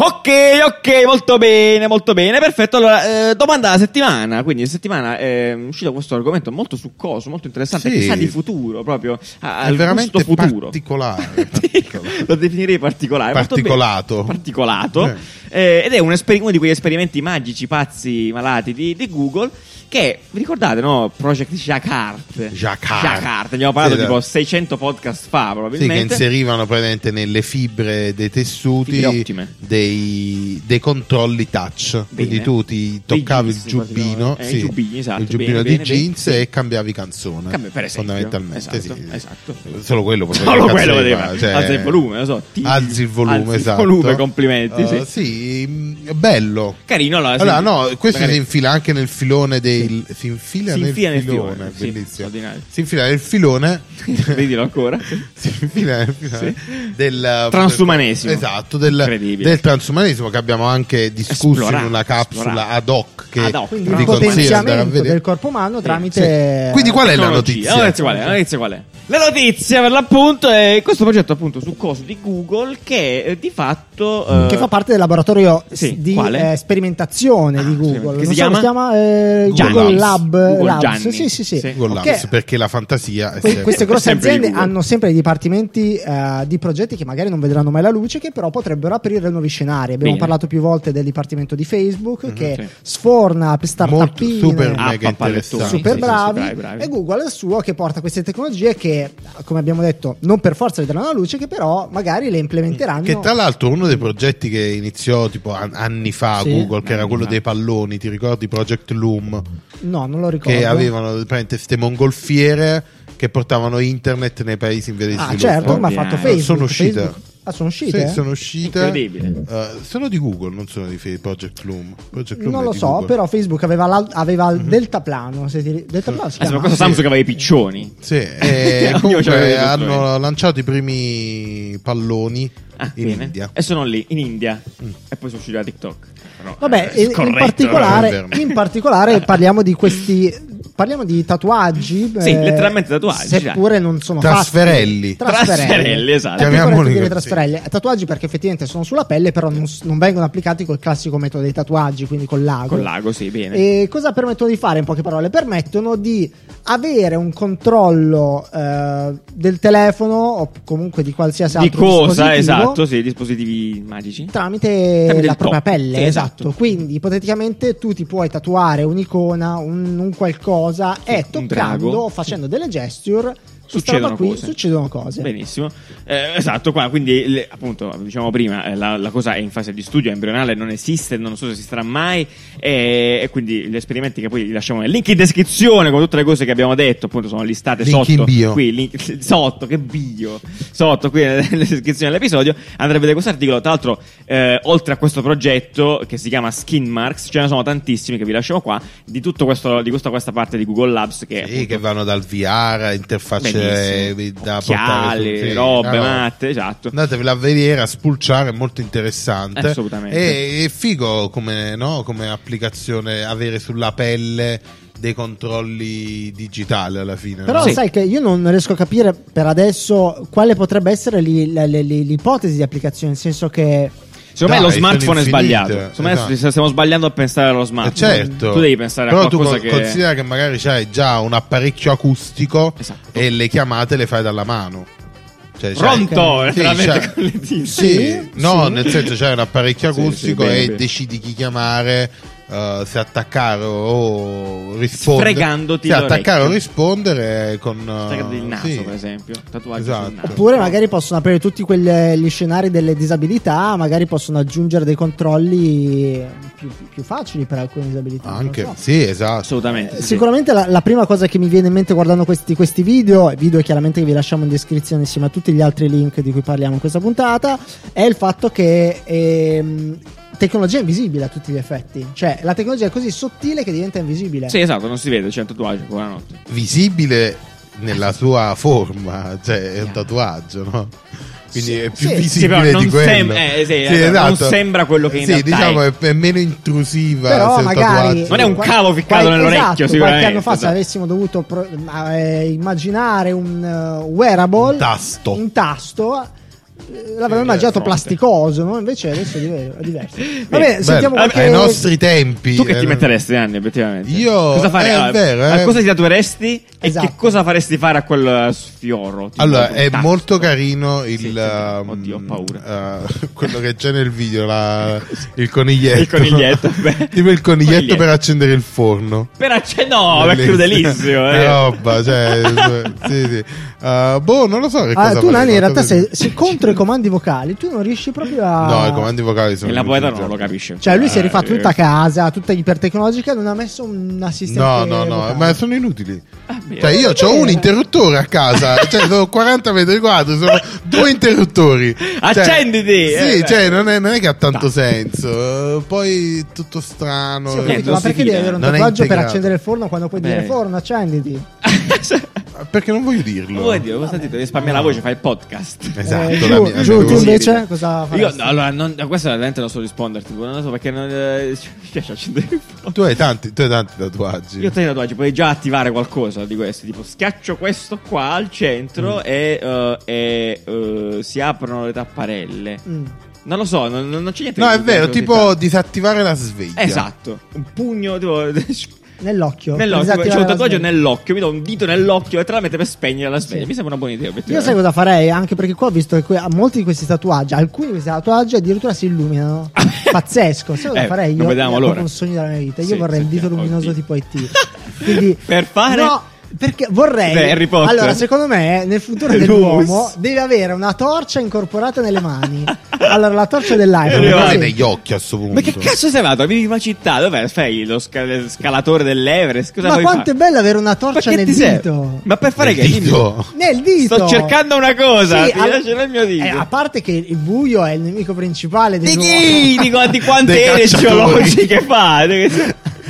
Speaker 1: Ok, ok, molto bene, molto bene, perfetto. Allora, eh, domanda della settimana. Quindi, la settimana ehm, è uscito questo argomento molto succoso, molto interessante,
Speaker 2: Sì.
Speaker 1: che sa di futuro, proprio a-
Speaker 2: è
Speaker 1: al
Speaker 2: veramente
Speaker 1: gusto futuro.
Speaker 2: particolare. particolare.
Speaker 1: Lo definirei particolare. molto bene.
Speaker 2: Particolato.
Speaker 1: Particolato. Eh, ed è un esperi- uno di quegli esperimenti magici, pazzi, malati di, di Google. Che vi ricordate, no? Project Jacquard.
Speaker 2: Jacquard.
Speaker 1: Jacquard, ne abbiamo parlato
Speaker 2: Sì,
Speaker 1: tipo
Speaker 2: da-
Speaker 1: 600 podcast fa,
Speaker 2: Sì, che
Speaker 1: probabilmente.
Speaker 2: inserivano praticamente nelle fibre dei tessuti
Speaker 1: Fibre ottime.
Speaker 2: dei, dei controlli touch. Quindi tu ti
Speaker 1: Dei
Speaker 2: toccavi
Speaker 1: jeans,
Speaker 2: il giubbino,
Speaker 1: praticamente. Eh,
Speaker 2: sì,
Speaker 1: i giubbini, esatto,
Speaker 2: il giubbino
Speaker 1: bene,
Speaker 2: di
Speaker 1: bene,
Speaker 2: jeans
Speaker 1: bene.
Speaker 2: e cambiavi canzone.
Speaker 1: Cambi- per esempio,
Speaker 2: fondamentalmente,
Speaker 1: esatto,
Speaker 2: sì.
Speaker 1: esatto.
Speaker 2: Solo quello poteva
Speaker 1: Solo
Speaker 2: che
Speaker 1: quello
Speaker 2: cazzo
Speaker 1: poteva.
Speaker 2: gli fa, cioè-
Speaker 1: Alza il volume, lo so, ti-
Speaker 2: Alzi il volume,
Speaker 1: alzi il
Speaker 2: esatto.
Speaker 1: volume, complimenti,
Speaker 2: Eh, sì, mh, bello.
Speaker 1: Carino, allora.
Speaker 2: Allora,
Speaker 1: sì.
Speaker 2: no, questo
Speaker 1: Magari-
Speaker 2: si infila anche nel filone del. Si infila,
Speaker 1: Si
Speaker 2: nel,
Speaker 1: infila nel
Speaker 2: filone,
Speaker 1: filone, sì,
Speaker 2: bellissimo.
Speaker 1: straordinario.
Speaker 2: si infila nel filone.
Speaker 1: Ridilo ancora.
Speaker 2: si infila nel filone
Speaker 1: Sì.
Speaker 2: del
Speaker 1: Transumanesimo.
Speaker 2: Esatto, del,
Speaker 1: Incredibile.
Speaker 2: del transumanesimo che abbiamo anche discusso
Speaker 1: Esplorato,
Speaker 2: in una capsula
Speaker 1: esplorato.
Speaker 2: ad hoc. Che
Speaker 1: Ad hoc,
Speaker 3: Quindi
Speaker 1: Tra
Speaker 3: il
Speaker 2: vi
Speaker 1: l'altro.
Speaker 2: consiglio di andare a
Speaker 3: potenziamento
Speaker 2: vedere.
Speaker 3: del corpo umano
Speaker 2: Sì.
Speaker 3: tramite.
Speaker 2: Quindi, qual è la
Speaker 1: Tecnologia.
Speaker 2: notizia?
Speaker 1: La notizia qual è? La notizia qual è? La notizia per l'appunto è questo progetto appunto su coso di Google che eh, di fatto eh,
Speaker 3: Mm. Che fa parte del laboratorio s-
Speaker 1: Sì,
Speaker 3: di
Speaker 1: quale?
Speaker 3: eh, sperimentazione
Speaker 1: Ah,
Speaker 3: di
Speaker 1: sì,
Speaker 3: Google.
Speaker 1: che si
Speaker 3: Non so,
Speaker 1: chiama?
Speaker 3: si chiama eh,
Speaker 1: Gianni.
Speaker 3: Google Lab
Speaker 1: Google
Speaker 3: Labs.
Speaker 1: Gianni.
Speaker 3: Sì, sì, sì.
Speaker 1: Sì.
Speaker 2: Google
Speaker 3: Ok,
Speaker 2: Labs, perché la fantasia è
Speaker 3: que-
Speaker 2: sempre-
Speaker 3: queste grosse
Speaker 1: sempre di
Speaker 3: aziende
Speaker 1: Google.
Speaker 3: hanno sempre dei dipartimenti eh, di progetti che magari non vedranno mai la luce, che però potrebbero aprire nuovi scenari. Abbiamo
Speaker 1: Bene. Mhm,
Speaker 3: parlato più volte del dipartimento di Facebook che
Speaker 1: sì.
Speaker 3: sforna per
Speaker 2: molto
Speaker 3: startupine
Speaker 2: super
Speaker 1: Ah, pappaletto.
Speaker 2: mega interessante.
Speaker 3: super
Speaker 1: sì, sì,
Speaker 3: bravi,
Speaker 1: bravi, bravi.
Speaker 3: e Google è il suo che porta queste tecnologie che come abbiamo detto non per forza vedranno la luce che però magari le implementeranno
Speaker 2: Che tra l'altro uno dei progetti che iniziò tipo an- anni fa a
Speaker 3: Sì.
Speaker 2: Google, che era
Speaker 1: Anni
Speaker 2: quello
Speaker 1: fa.
Speaker 2: dei palloni, ti ricordi Project Loom?
Speaker 3: no non lo ricordo
Speaker 2: Che avevano praticamente queste mongolfiere che portavano internet nei paesi in via di
Speaker 3: ah
Speaker 2: sviluppo.
Speaker 3: certo ma ha fatto
Speaker 1: Ordinario.
Speaker 3: Facebook
Speaker 2: Sono uscite.
Speaker 3: Facebook- ah sono uscite
Speaker 2: Sì, sono uscite.
Speaker 1: Incredibile.
Speaker 2: Eh, sono di Google, non sono di Fe- Project Loom. Project Loom
Speaker 3: non
Speaker 2: è
Speaker 3: lo
Speaker 2: di
Speaker 3: so
Speaker 2: Google.
Speaker 3: però Facebook aveva, l'al- aveva
Speaker 1: Mhm.
Speaker 3: il deltaplano se ti ri- deltaplano
Speaker 1: Ah, sì,
Speaker 3: si
Speaker 1: ma
Speaker 3: chiama
Speaker 1: questo Samsung aveva i piccioni.
Speaker 2: Sì, e
Speaker 1: Ognuno c'aveva i
Speaker 2: comunque
Speaker 1: suoi
Speaker 2: hanno lanciato i primi palloni
Speaker 1: Ah,
Speaker 2: in
Speaker 1: bene.
Speaker 2: India.
Speaker 1: E sono lì in India e poi sono usciti da TikTok. Però,
Speaker 3: Mm. Vabbè,
Speaker 1: eh,
Speaker 3: in- in,
Speaker 1: scorretto,
Speaker 2: no? È
Speaker 3: particolare,
Speaker 2: vero.
Speaker 3: in particolare parliamo di questi. Parliamo di tatuaggi. eh,
Speaker 1: Sì, letteralmente tatuaggi, cioè.
Speaker 3: Seppure non sono
Speaker 2: Trasferelli.
Speaker 3: fatti. Trasferelli.
Speaker 1: Trasferelli, esatto.
Speaker 3: È più corretto
Speaker 2: Chiamiamoli
Speaker 3: dire
Speaker 2: così.
Speaker 3: trasferelli. Tatuaggi perché effettivamente sono sulla pelle, però non, s- non vengono applicati col classico metodo dei tatuaggi, quindi col lago.
Speaker 1: Col eh, lago, sì, bene.
Speaker 3: E cosa permettono di fare in poche parole? Permettono di avere un controllo eh, del telefono o comunque di qualsiasi
Speaker 1: di
Speaker 3: altro
Speaker 1: cosa?
Speaker 3: dispositivo
Speaker 1: Esatto, sì, dispositivi magici.
Speaker 3: tramite,
Speaker 1: Tramite
Speaker 3: la
Speaker 1: il tocco,
Speaker 3: propria pelle,
Speaker 1: sì,
Speaker 3: esatto.
Speaker 1: esatto.
Speaker 3: Quindi ipoteticamente tu ti puoi tatuare un'icona, un, un qualcosa e
Speaker 1: un
Speaker 3: toccando,
Speaker 1: drago.
Speaker 3: o facendo delle gesture, questa roba
Speaker 1: Succedono
Speaker 3: qui
Speaker 1: cose.
Speaker 3: succedono cose.
Speaker 1: Benissimo, Eh, esatto. Qua quindi, le- appunto, diciamo prima, eh, la, la cosa è in fase di studio, è embrionale, non esiste, non so se esisterà mai. E, e quindi gli esperimenti che poi vi lasciamo nel link in descrizione, con tutte le cose che abbiamo detto, appunto, sono listate
Speaker 2: Link
Speaker 1: sotto.
Speaker 2: in bio.
Speaker 1: Qui, link- sotto, che bio, sotto qui nella nella descrizione dell'episodio. Andrete a vedere questo articolo. Tra l'altro, eh, oltre a questo progetto che si chiama Skin Marks, ce ne sono tantissimi che vi lasciamo qua. Di tutto questo, di tutta questa parte di Google Labs che è
Speaker 2: Sì, che vanno dal VR a interfacce c'è
Speaker 1: Bellissimo.
Speaker 2: da portare
Speaker 1: Occhiali,
Speaker 2: su- sì.
Speaker 1: robe,
Speaker 2: Allora,
Speaker 1: matte, esatto.
Speaker 2: Andatevela a vedere, a spulciare, è molto interessante.
Speaker 1: Assolutamente.
Speaker 2: E è figo come, no, come applicazione avere sulla pelle dei controlli digitali alla fine.
Speaker 3: Però
Speaker 2: no?
Speaker 1: Sì.
Speaker 3: sai che io non riesco a capire per adesso quale potrebbe essere l'i- la- le- le- l'ipotesi di applicazione, nel senso che
Speaker 1: Secondo me
Speaker 2: Dai,
Speaker 1: lo
Speaker 2: sono
Speaker 1: smartphone è
Speaker 2: infinite.
Speaker 1: sbagliato. Secondo me
Speaker 2: Esatto.
Speaker 1: st- stiamo sbagliando a pensare allo
Speaker 2: Eh,
Speaker 1: smartphone.
Speaker 2: certo,
Speaker 1: Tu devi pensare
Speaker 2: però
Speaker 1: a qualcosa
Speaker 2: tu
Speaker 1: che.
Speaker 2: con- considera che magari c'hai già un apparecchio acustico
Speaker 1: Esatto.
Speaker 2: e le chiamate le fai dalla mano. Cioè, c'hai-
Speaker 1: Pronto!
Speaker 2: Sì,
Speaker 1: letteralmente
Speaker 2: c'hai-
Speaker 1: con le dita.
Speaker 2: Sì, no, nel senso c'è un apparecchio
Speaker 1: Sì,
Speaker 2: acustico
Speaker 1: sì, bene,
Speaker 2: e
Speaker 1: bene.
Speaker 2: decidi chi chiamare, eh, se attaccare o rispondere.
Speaker 1: Sfregandoti
Speaker 2: Se
Speaker 1: l'orecchio.
Speaker 2: attaccare o rispondere con... eh,
Speaker 1: Staccati il naso,
Speaker 2: sì.
Speaker 1: per esempio. Tatuaggio
Speaker 2: Esatto.
Speaker 1: sul naso.
Speaker 3: Oppure magari possono aprire tutti quegli, gli scenari delle disabilità, magari possono aggiungere dei controlli più, più facili per alcune disabilità. non
Speaker 2: Anche,
Speaker 3: so.
Speaker 2: sì, esatto.
Speaker 1: Assolutamente. sì, sì.
Speaker 3: Sicuramente la, la prima cosa che mi viene in mente guardando questi, questi video, e video chiaramente che vi lasciamo in descrizione insieme a tutti gli altri link di cui parliamo in questa puntata, è il fatto che ehm, tecnologia è invisibile a tutti gli effetti. Cioè la tecnologia è così sottile che diventa invisibile.
Speaker 1: Sì, esatto, non si vede, c'è un tatuaggio, buonanotte.
Speaker 2: Visibile
Speaker 1: Ah.
Speaker 2: nella sua forma, cioè è un
Speaker 1: Yeah.
Speaker 2: tatuaggio, no? Quindi
Speaker 3: Sì,
Speaker 2: è più
Speaker 3: sì.
Speaker 2: visibile
Speaker 1: Sì, però
Speaker 2: di
Speaker 1: non
Speaker 2: quello. esatto.
Speaker 1: sem- eh, sì, eh, non sembra quello che in
Speaker 2: sì,
Speaker 1: realtà
Speaker 2: diciamo
Speaker 1: è.
Speaker 2: è, è meno intrusiva.
Speaker 3: Però
Speaker 2: se è un
Speaker 3: magari
Speaker 2: tatuaggio.
Speaker 1: Non è un
Speaker 3: qual-
Speaker 1: cavo ficcato
Speaker 3: qual-
Speaker 1: nell'orecchio,
Speaker 3: esatto,
Speaker 1: sicuramente,
Speaker 3: Qualche anno fa, se
Speaker 1: esatto.
Speaker 3: avessimo dovuto pro- ma- eh, immaginare un eh, wearable
Speaker 2: Un tasto.
Speaker 3: in tasto, eh, l'avremmo
Speaker 2: Sì,
Speaker 3: immaginato
Speaker 1: fronte.
Speaker 3: plasticoso, no? invece adesso è diver- è diverso. Vabbè,
Speaker 1: Beh,
Speaker 3: sentiamo
Speaker 2: Bello.
Speaker 3: qualche-
Speaker 2: Ai nostri tempi.
Speaker 1: Tu che
Speaker 2: eh,
Speaker 1: ti metteresti, Anni, effettivamente?
Speaker 2: Io-
Speaker 1: Cosa
Speaker 2: eh,
Speaker 1: fare?
Speaker 2: è
Speaker 1: allora,
Speaker 2: vero,
Speaker 1: a
Speaker 2: eh.
Speaker 1: cosa ti tatueresti?
Speaker 3: Esatto.
Speaker 1: E che cosa faresti fare a quel eh, sfioro? Tipo,
Speaker 2: Allora,
Speaker 1: un
Speaker 2: è
Speaker 1: tazzo?
Speaker 2: molto carino il.
Speaker 1: Sì, sì, oddio, ho
Speaker 2: um,
Speaker 1: paura.
Speaker 2: eh, quello che c'è nel video, la- il coniglietto.
Speaker 1: Il coniglietto, beh.
Speaker 2: tipo il
Speaker 1: Coniglietto.
Speaker 2: coniglietto per accendere il forno.
Speaker 1: Però c'è no, è
Speaker 2: Bellissimo.
Speaker 1: crudelissimo.
Speaker 2: Una
Speaker 1: Eh.
Speaker 2: roba, cioè. sì, sì. Eh, boh, non lo so. Che cosa
Speaker 3: Ah, tu,
Speaker 2: farei,
Speaker 3: Nani, in realtà, Ah.
Speaker 2: qualcosa
Speaker 3: se,
Speaker 2: di-
Speaker 3: se contro i comandi vocali, tu non riesci proprio a.
Speaker 2: No, i comandi vocali sono.
Speaker 1: E la poeta non
Speaker 2: inutili.
Speaker 1: lo capisce.
Speaker 3: Cioè, lui si è rifatto
Speaker 1: Eh,
Speaker 3: tutta casa, tutta ipertecnologica, non ha messo un
Speaker 2: No,
Speaker 3: assistente.
Speaker 2: no, no,
Speaker 3: vocale.
Speaker 2: ma sono inutili.
Speaker 1: Ah, beh.
Speaker 2: Cioè, io ho un interruttore a casa, cioè sono 40 metri quadri, sono due interruttori. Cioè,
Speaker 1: Accenditi! Eh,
Speaker 2: Sì,
Speaker 1: beh.
Speaker 2: cioè, non è, non è che ha tanto
Speaker 1: No.
Speaker 2: senso. Eh, Poi tutto strano.
Speaker 3: Sì, ho
Speaker 1: Eh,
Speaker 3: capito,
Speaker 1: non
Speaker 3: ma
Speaker 1: si
Speaker 3: perché
Speaker 1: fida.
Speaker 3: devi avere un
Speaker 2: Non è
Speaker 3: tatuaggio per
Speaker 2: integrato.
Speaker 3: accendere il forno quando puoi dire
Speaker 1: Beh.
Speaker 3: forno, accenditi?
Speaker 2: Perché non voglio dirlo.
Speaker 1: Vuoi dire, cosa sentite? Devi spammiare la voce, fai il podcast.
Speaker 2: Esatto,
Speaker 3: Eh,
Speaker 2: la
Speaker 3: giù,
Speaker 2: mia- la
Speaker 3: giù,
Speaker 2: mia
Speaker 3: tu
Speaker 2: cosa.
Speaker 3: invece cosa fai?
Speaker 1: eh, Io, no, allora, non, a questo veramente non so risponderti. Non so perché non. eh, mi piace accendere il fuoco.
Speaker 2: Tu hai tanti, tu hai tanti tatuaggi.
Speaker 1: Io ho tre tatuaggi, puoi già attivare qualcosa di questi. Tipo, schiaccio questo qua al centro e, eh, e, eh, si aprono le tapparelle.
Speaker 3: Mm.
Speaker 1: Non lo so, non, non- non c'è niente.
Speaker 2: No,
Speaker 1: di-
Speaker 2: è
Speaker 1: di-
Speaker 2: vero,
Speaker 1: di-
Speaker 2: tipo disattivare la sveglia.
Speaker 1: Esatto, un pugno tipo.
Speaker 3: Nell'occhio.
Speaker 1: Nell'occhio, cioè,
Speaker 3: Disattivare
Speaker 1: c'ho un
Speaker 3: la
Speaker 1: tatuaggio
Speaker 3: sveglia.
Speaker 1: nell'occhio, mi do un dito nell'occhio, letteralmente per spegnere la sveglia.
Speaker 3: Sì.
Speaker 1: Mi sembra una buona idea.
Speaker 3: Io sai cosa farei? Anche perché qua ho visto che que- a molti di questi tatuaggi, alcuni di questi tatuaggi addirittura si illuminano. Pazzesco. Sai cosa
Speaker 1: Eh,
Speaker 3: farei io?
Speaker 1: non vediamo
Speaker 3: È proprio
Speaker 1: l'ora.
Speaker 3: un sogno della mia vita. Io
Speaker 1: Sì,
Speaker 3: vorrei il dito
Speaker 1: sentiamo.
Speaker 3: luminoso
Speaker 1: Oddio.
Speaker 3: tipo IT. Quindi,
Speaker 1: Per fare-
Speaker 3: No, perché vorrei.
Speaker 1: Beh, Harry Potter.
Speaker 3: Allora, secondo me, nel futuro
Speaker 1: Luz.
Speaker 3: dell'uomo deve avere una torcia incorporata nelle mani. allora, la torcia dell'iPhone.
Speaker 1: Harry
Speaker 2: Non
Speaker 1: Potter.
Speaker 2: Eh, hai
Speaker 3: così.
Speaker 2: negli occhi a sto punto.
Speaker 1: Ma che cazzo sei andato? Vivi in una città, dov'è? Fai lo sca- scalatore dell'Everest? Cosa
Speaker 3: Ma
Speaker 1: vuoi
Speaker 3: quanto è
Speaker 1: fare?
Speaker 3: bello avere una
Speaker 1: Ma
Speaker 3: torcia
Speaker 1: che
Speaker 3: nel
Speaker 1: ti serve?
Speaker 3: dito.
Speaker 1: Ma per fare
Speaker 2: Nel
Speaker 1: che? Dimmi.
Speaker 2: dito.
Speaker 3: Nel dito.
Speaker 1: Sto cercando una cosa,
Speaker 3: Sì,
Speaker 1: ti
Speaker 3: al-
Speaker 1: lascerò il mio dito.
Speaker 3: Eh, a parte che il buio è il nemico principale
Speaker 1: di
Speaker 3: degli uomini.
Speaker 1: chi? Dico, di quante
Speaker 2: Dei
Speaker 1: ere
Speaker 2: cacciatori.
Speaker 1: geologiche che fa?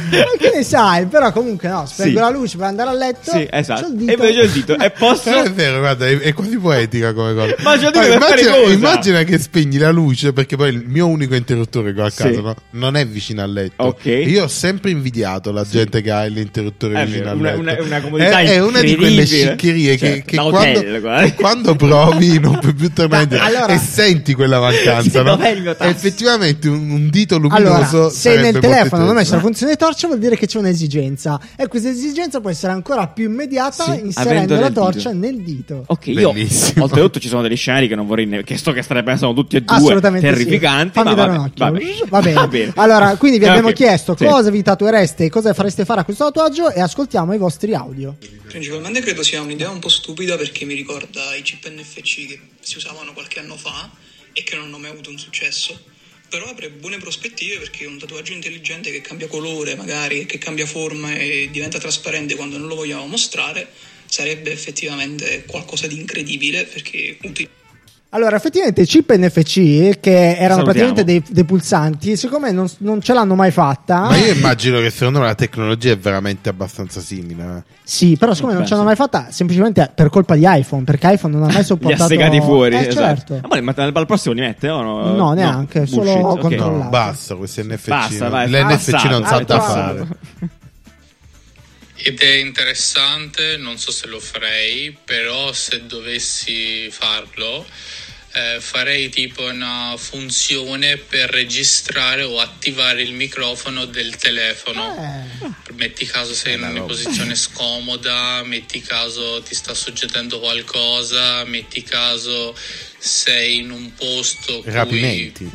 Speaker 3: Ma che ne sai? Però comunque no, spengo
Speaker 1: Sì.
Speaker 3: la luce per andare a letto.
Speaker 1: sì, esatto.
Speaker 3: c'ho il
Speaker 1: E
Speaker 3: dito.
Speaker 1: invece ho il dito. E posso...
Speaker 2: Però è vero, guarda, è, è quasi poetica come cosa.
Speaker 1: Ma c'ho dito per
Speaker 2: immagina,
Speaker 1: fare cosa?
Speaker 2: immagina che spegni la luce, perché poi il mio unico interruttore che ho a casa
Speaker 1: Sì.
Speaker 2: no? non è vicino al letto.
Speaker 1: Ok.
Speaker 2: Io ho sempre invidiato la gente che ha l'interruttore
Speaker 1: È
Speaker 2: vicino
Speaker 1: vero,
Speaker 2: al
Speaker 1: una-
Speaker 2: letto.
Speaker 1: una- una comodità
Speaker 2: è, è una di quelle
Speaker 1: incredibile.
Speaker 2: sciccherie che-
Speaker 1: Certo,
Speaker 2: che,
Speaker 1: da
Speaker 2: quando,
Speaker 1: hotel, guarda.
Speaker 2: quando provi non puoi più tornare indietro
Speaker 3: Ma allora-
Speaker 2: e senti quella mancanza.
Speaker 1: Sì,
Speaker 2: no?
Speaker 1: dov'è il mio tasto?
Speaker 2: Effettivamente un, un dito luminoso
Speaker 3: Allora, se
Speaker 2: sarebbe
Speaker 3: nel
Speaker 2: molto
Speaker 3: telefono non
Speaker 2: interessante.
Speaker 3: è la funzione di torcia, vuol dire che c'è un'esigenza. E questa esigenza può essere ancora più immediata
Speaker 1: Sì, avendo
Speaker 3: inserendo la
Speaker 1: nel dito.
Speaker 3: torcia nel dito.
Speaker 1: Ok, io
Speaker 2: Bellissimo.
Speaker 1: oltretutto ci sono degli scenari che non vorrei ne- che so che sarebbero sono tutti e due
Speaker 3: Assolutamente sì.
Speaker 1: terrificanti,
Speaker 3: Fammi
Speaker 1: ma
Speaker 3: dare
Speaker 1: vabbè,
Speaker 3: un
Speaker 1: vabbè.
Speaker 3: occhio. Va bene.
Speaker 1: Va bene.
Speaker 3: Allora, quindi vi
Speaker 1: Eh,
Speaker 3: abbiamo
Speaker 1: ok.
Speaker 3: chiesto
Speaker 1: Sì.
Speaker 3: cosa vi tatuereste e cosa fareste fare a questo tatuaggio e ascoltiamo i vostri audio.
Speaker 4: Principalmente Cioè, credo sia un'idea un po' stupida perché mi ricorda i chip NFC che si usavano qualche anno fa e che non hanno mai avuto un successo. Però apre buone prospettive perché un tatuaggio intelligente che cambia colore magari, che cambia forma e diventa trasparente quando non lo vogliamo mostrare, sarebbe effettivamente qualcosa di incredibile perché utile.
Speaker 3: Allora, effettivamente chip NFC, che
Speaker 1: Salutiamo.
Speaker 3: erano praticamente dei, dei pulsanti, siccome non, non ce l'hanno mai fatta,
Speaker 2: Ma io immagino che secondo me la tecnologia è veramente abbastanza simile. eh.
Speaker 3: sì, però siccome non ce l'hanno mai fatta, semplicemente per colpa di iPhone, perché iPhone non ha mai
Speaker 1: Li ha
Speaker 3: sopportato...
Speaker 1: segati fuori.
Speaker 3: Eh,
Speaker 1: esatto.
Speaker 3: certo.
Speaker 1: Ah, ma, ma al, al prossimo li mette? O no,
Speaker 3: No, neanche, solo
Speaker 1: Bullshit, ok.
Speaker 3: controllare.
Speaker 2: No,
Speaker 3: Trollato.
Speaker 2: basta, questi NFC.
Speaker 1: Basta, vai,
Speaker 2: L'NFC non
Speaker 1: passato,
Speaker 2: sa da
Speaker 1: passato.
Speaker 2: fare.
Speaker 5: Ed è interessante, non so se lo farei, però se dovessi farlo eh, farei tipo una funzione per registrare o attivare il microfono del telefono.
Speaker 3: Eh,
Speaker 5: Metti caso sei in una posizione scomoda, metti caso ti sta succedendo qualcosa, metti caso sei in un posto cui,
Speaker 2: Rapimenti.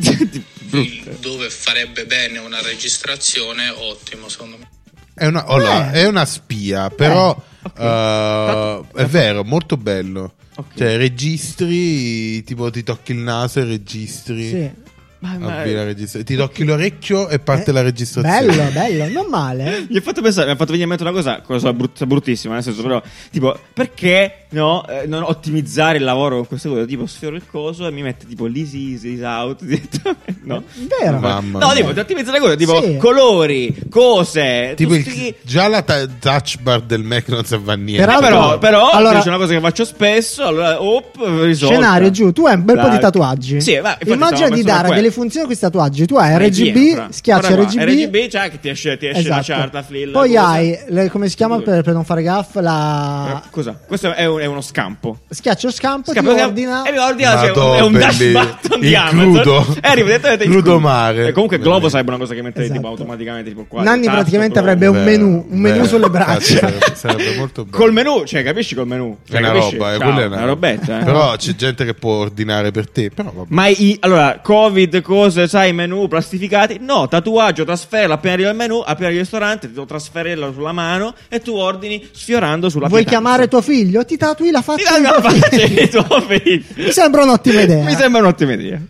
Speaker 5: il- dove farebbe bene una registrazione, ottimo secondo me.
Speaker 2: È una, allora,
Speaker 3: Eh.
Speaker 2: è una spia, però eh, è vero, molto bello.
Speaker 1: Ok.
Speaker 2: Cioè, registri, tipo ti tocchi il naso e registri.
Speaker 3: sì.
Speaker 1: Ma- ma-
Speaker 2: Avvii la registra- Ti tocchi l'orecchio e parte la registrazione.
Speaker 3: Eh, Bello, bello, non male.
Speaker 1: Gli ho fatto pensare, mi ha fatto venire in mente una cosa, cosa brut- bruttissima, nel senso, però, tipo, perché no, eh, non ottimizzare il lavoro con queste cose? Tipo, sfioro il coso e mi mette tipo l'easy is, is out, direttamente, no?
Speaker 3: Vero.
Speaker 2: Mamma
Speaker 1: No,
Speaker 2: mia.
Speaker 1: tipo, ti ottimizza le cose, tipo,
Speaker 3: Sì.
Speaker 1: colori, cose,
Speaker 2: Tipo il-
Speaker 1: tutti chi-
Speaker 2: già la ta- touch bar del Mac non serve a niente.
Speaker 1: Però,
Speaker 3: Però-
Speaker 1: però,
Speaker 3: allora-
Speaker 1: c'è una cosa che faccio spesso, allora, op, risolta.
Speaker 3: Scenario giù, tu hai un bel po'
Speaker 1: Dai.
Speaker 3: di tatuaggi.
Speaker 1: Sì, va, infatti
Speaker 3: Immagina
Speaker 1: stavo
Speaker 3: di
Speaker 1: pensando a
Speaker 3: dare
Speaker 1: quello.
Speaker 3: delle funzioni a questi tatuaggi. Tu hai
Speaker 1: È pieno,
Speaker 3: RGB,
Speaker 1: fra.
Speaker 3: schiacci
Speaker 1: Guarda
Speaker 3: RGB.
Speaker 1: qua, c'è che ti esce, ti esce la
Speaker 3: Esatto.
Speaker 1: chart, la flill,
Speaker 3: Poi
Speaker 1: cosa.
Speaker 3: hai, le- come si chiama per, per non fare gaff? La
Speaker 1: Eh, Cosa? Questo è, un- è uno scampo.
Speaker 3: schiaccio scampo,
Speaker 1: Scappa,
Speaker 3: ti
Speaker 1: scappa,
Speaker 3: ordina.
Speaker 1: E mi ordina cioè,
Speaker 2: Madò,
Speaker 1: è un dash
Speaker 2: baby.
Speaker 1: button di
Speaker 2: Il
Speaker 1: Amazon.
Speaker 2: crudo.
Speaker 1: E arriva direttamente in
Speaker 2: Crudo
Speaker 1: crudo.
Speaker 2: mare.
Speaker 1: E comunque Globo
Speaker 2: Veramente.
Speaker 1: sarebbe una cosa che metterei tipo
Speaker 3: Esatto.
Speaker 1: automaticamente tipo qua.
Speaker 3: Nanni
Speaker 1: tasto,
Speaker 3: praticamente
Speaker 1: Globo.
Speaker 3: avrebbe un
Speaker 2: Vero,
Speaker 3: menù, un menù
Speaker 2: vero. Cazzo,
Speaker 3: sulle braccia.
Speaker 2: Sarebbe, sarebbe molto bello.
Speaker 1: Col menù, cioè capisci col menù?
Speaker 2: È
Speaker 1: Cioè,
Speaker 2: una
Speaker 1: capisci?
Speaker 2: roba, eh,
Speaker 1: Ciao,
Speaker 2: quella è
Speaker 1: una robetta, eh.
Speaker 2: Però c'è gente che può ordinare per te. Però vabbè.
Speaker 1: Ma i, allora, Covid, cose, sai, menù plastificati? No, tatuaggio, trasferla appena arriva il menù, appena arriva il ristorante, ti devo trasferirla sulla mano e tu ordini sfiorando sulla
Speaker 3: Vuoi
Speaker 1: pietanza.
Speaker 3: chiamare tuo figlio? Ti tatui la
Speaker 1: Ti
Speaker 3: faccia.
Speaker 1: dai
Speaker 3: di
Speaker 1: una
Speaker 3: tuo
Speaker 1: faccia
Speaker 3: figlio.
Speaker 1: di tuo figlio.
Speaker 3: Mi sembra un'ottima idea.
Speaker 1: cioè, Mi sembra un'ottima idea.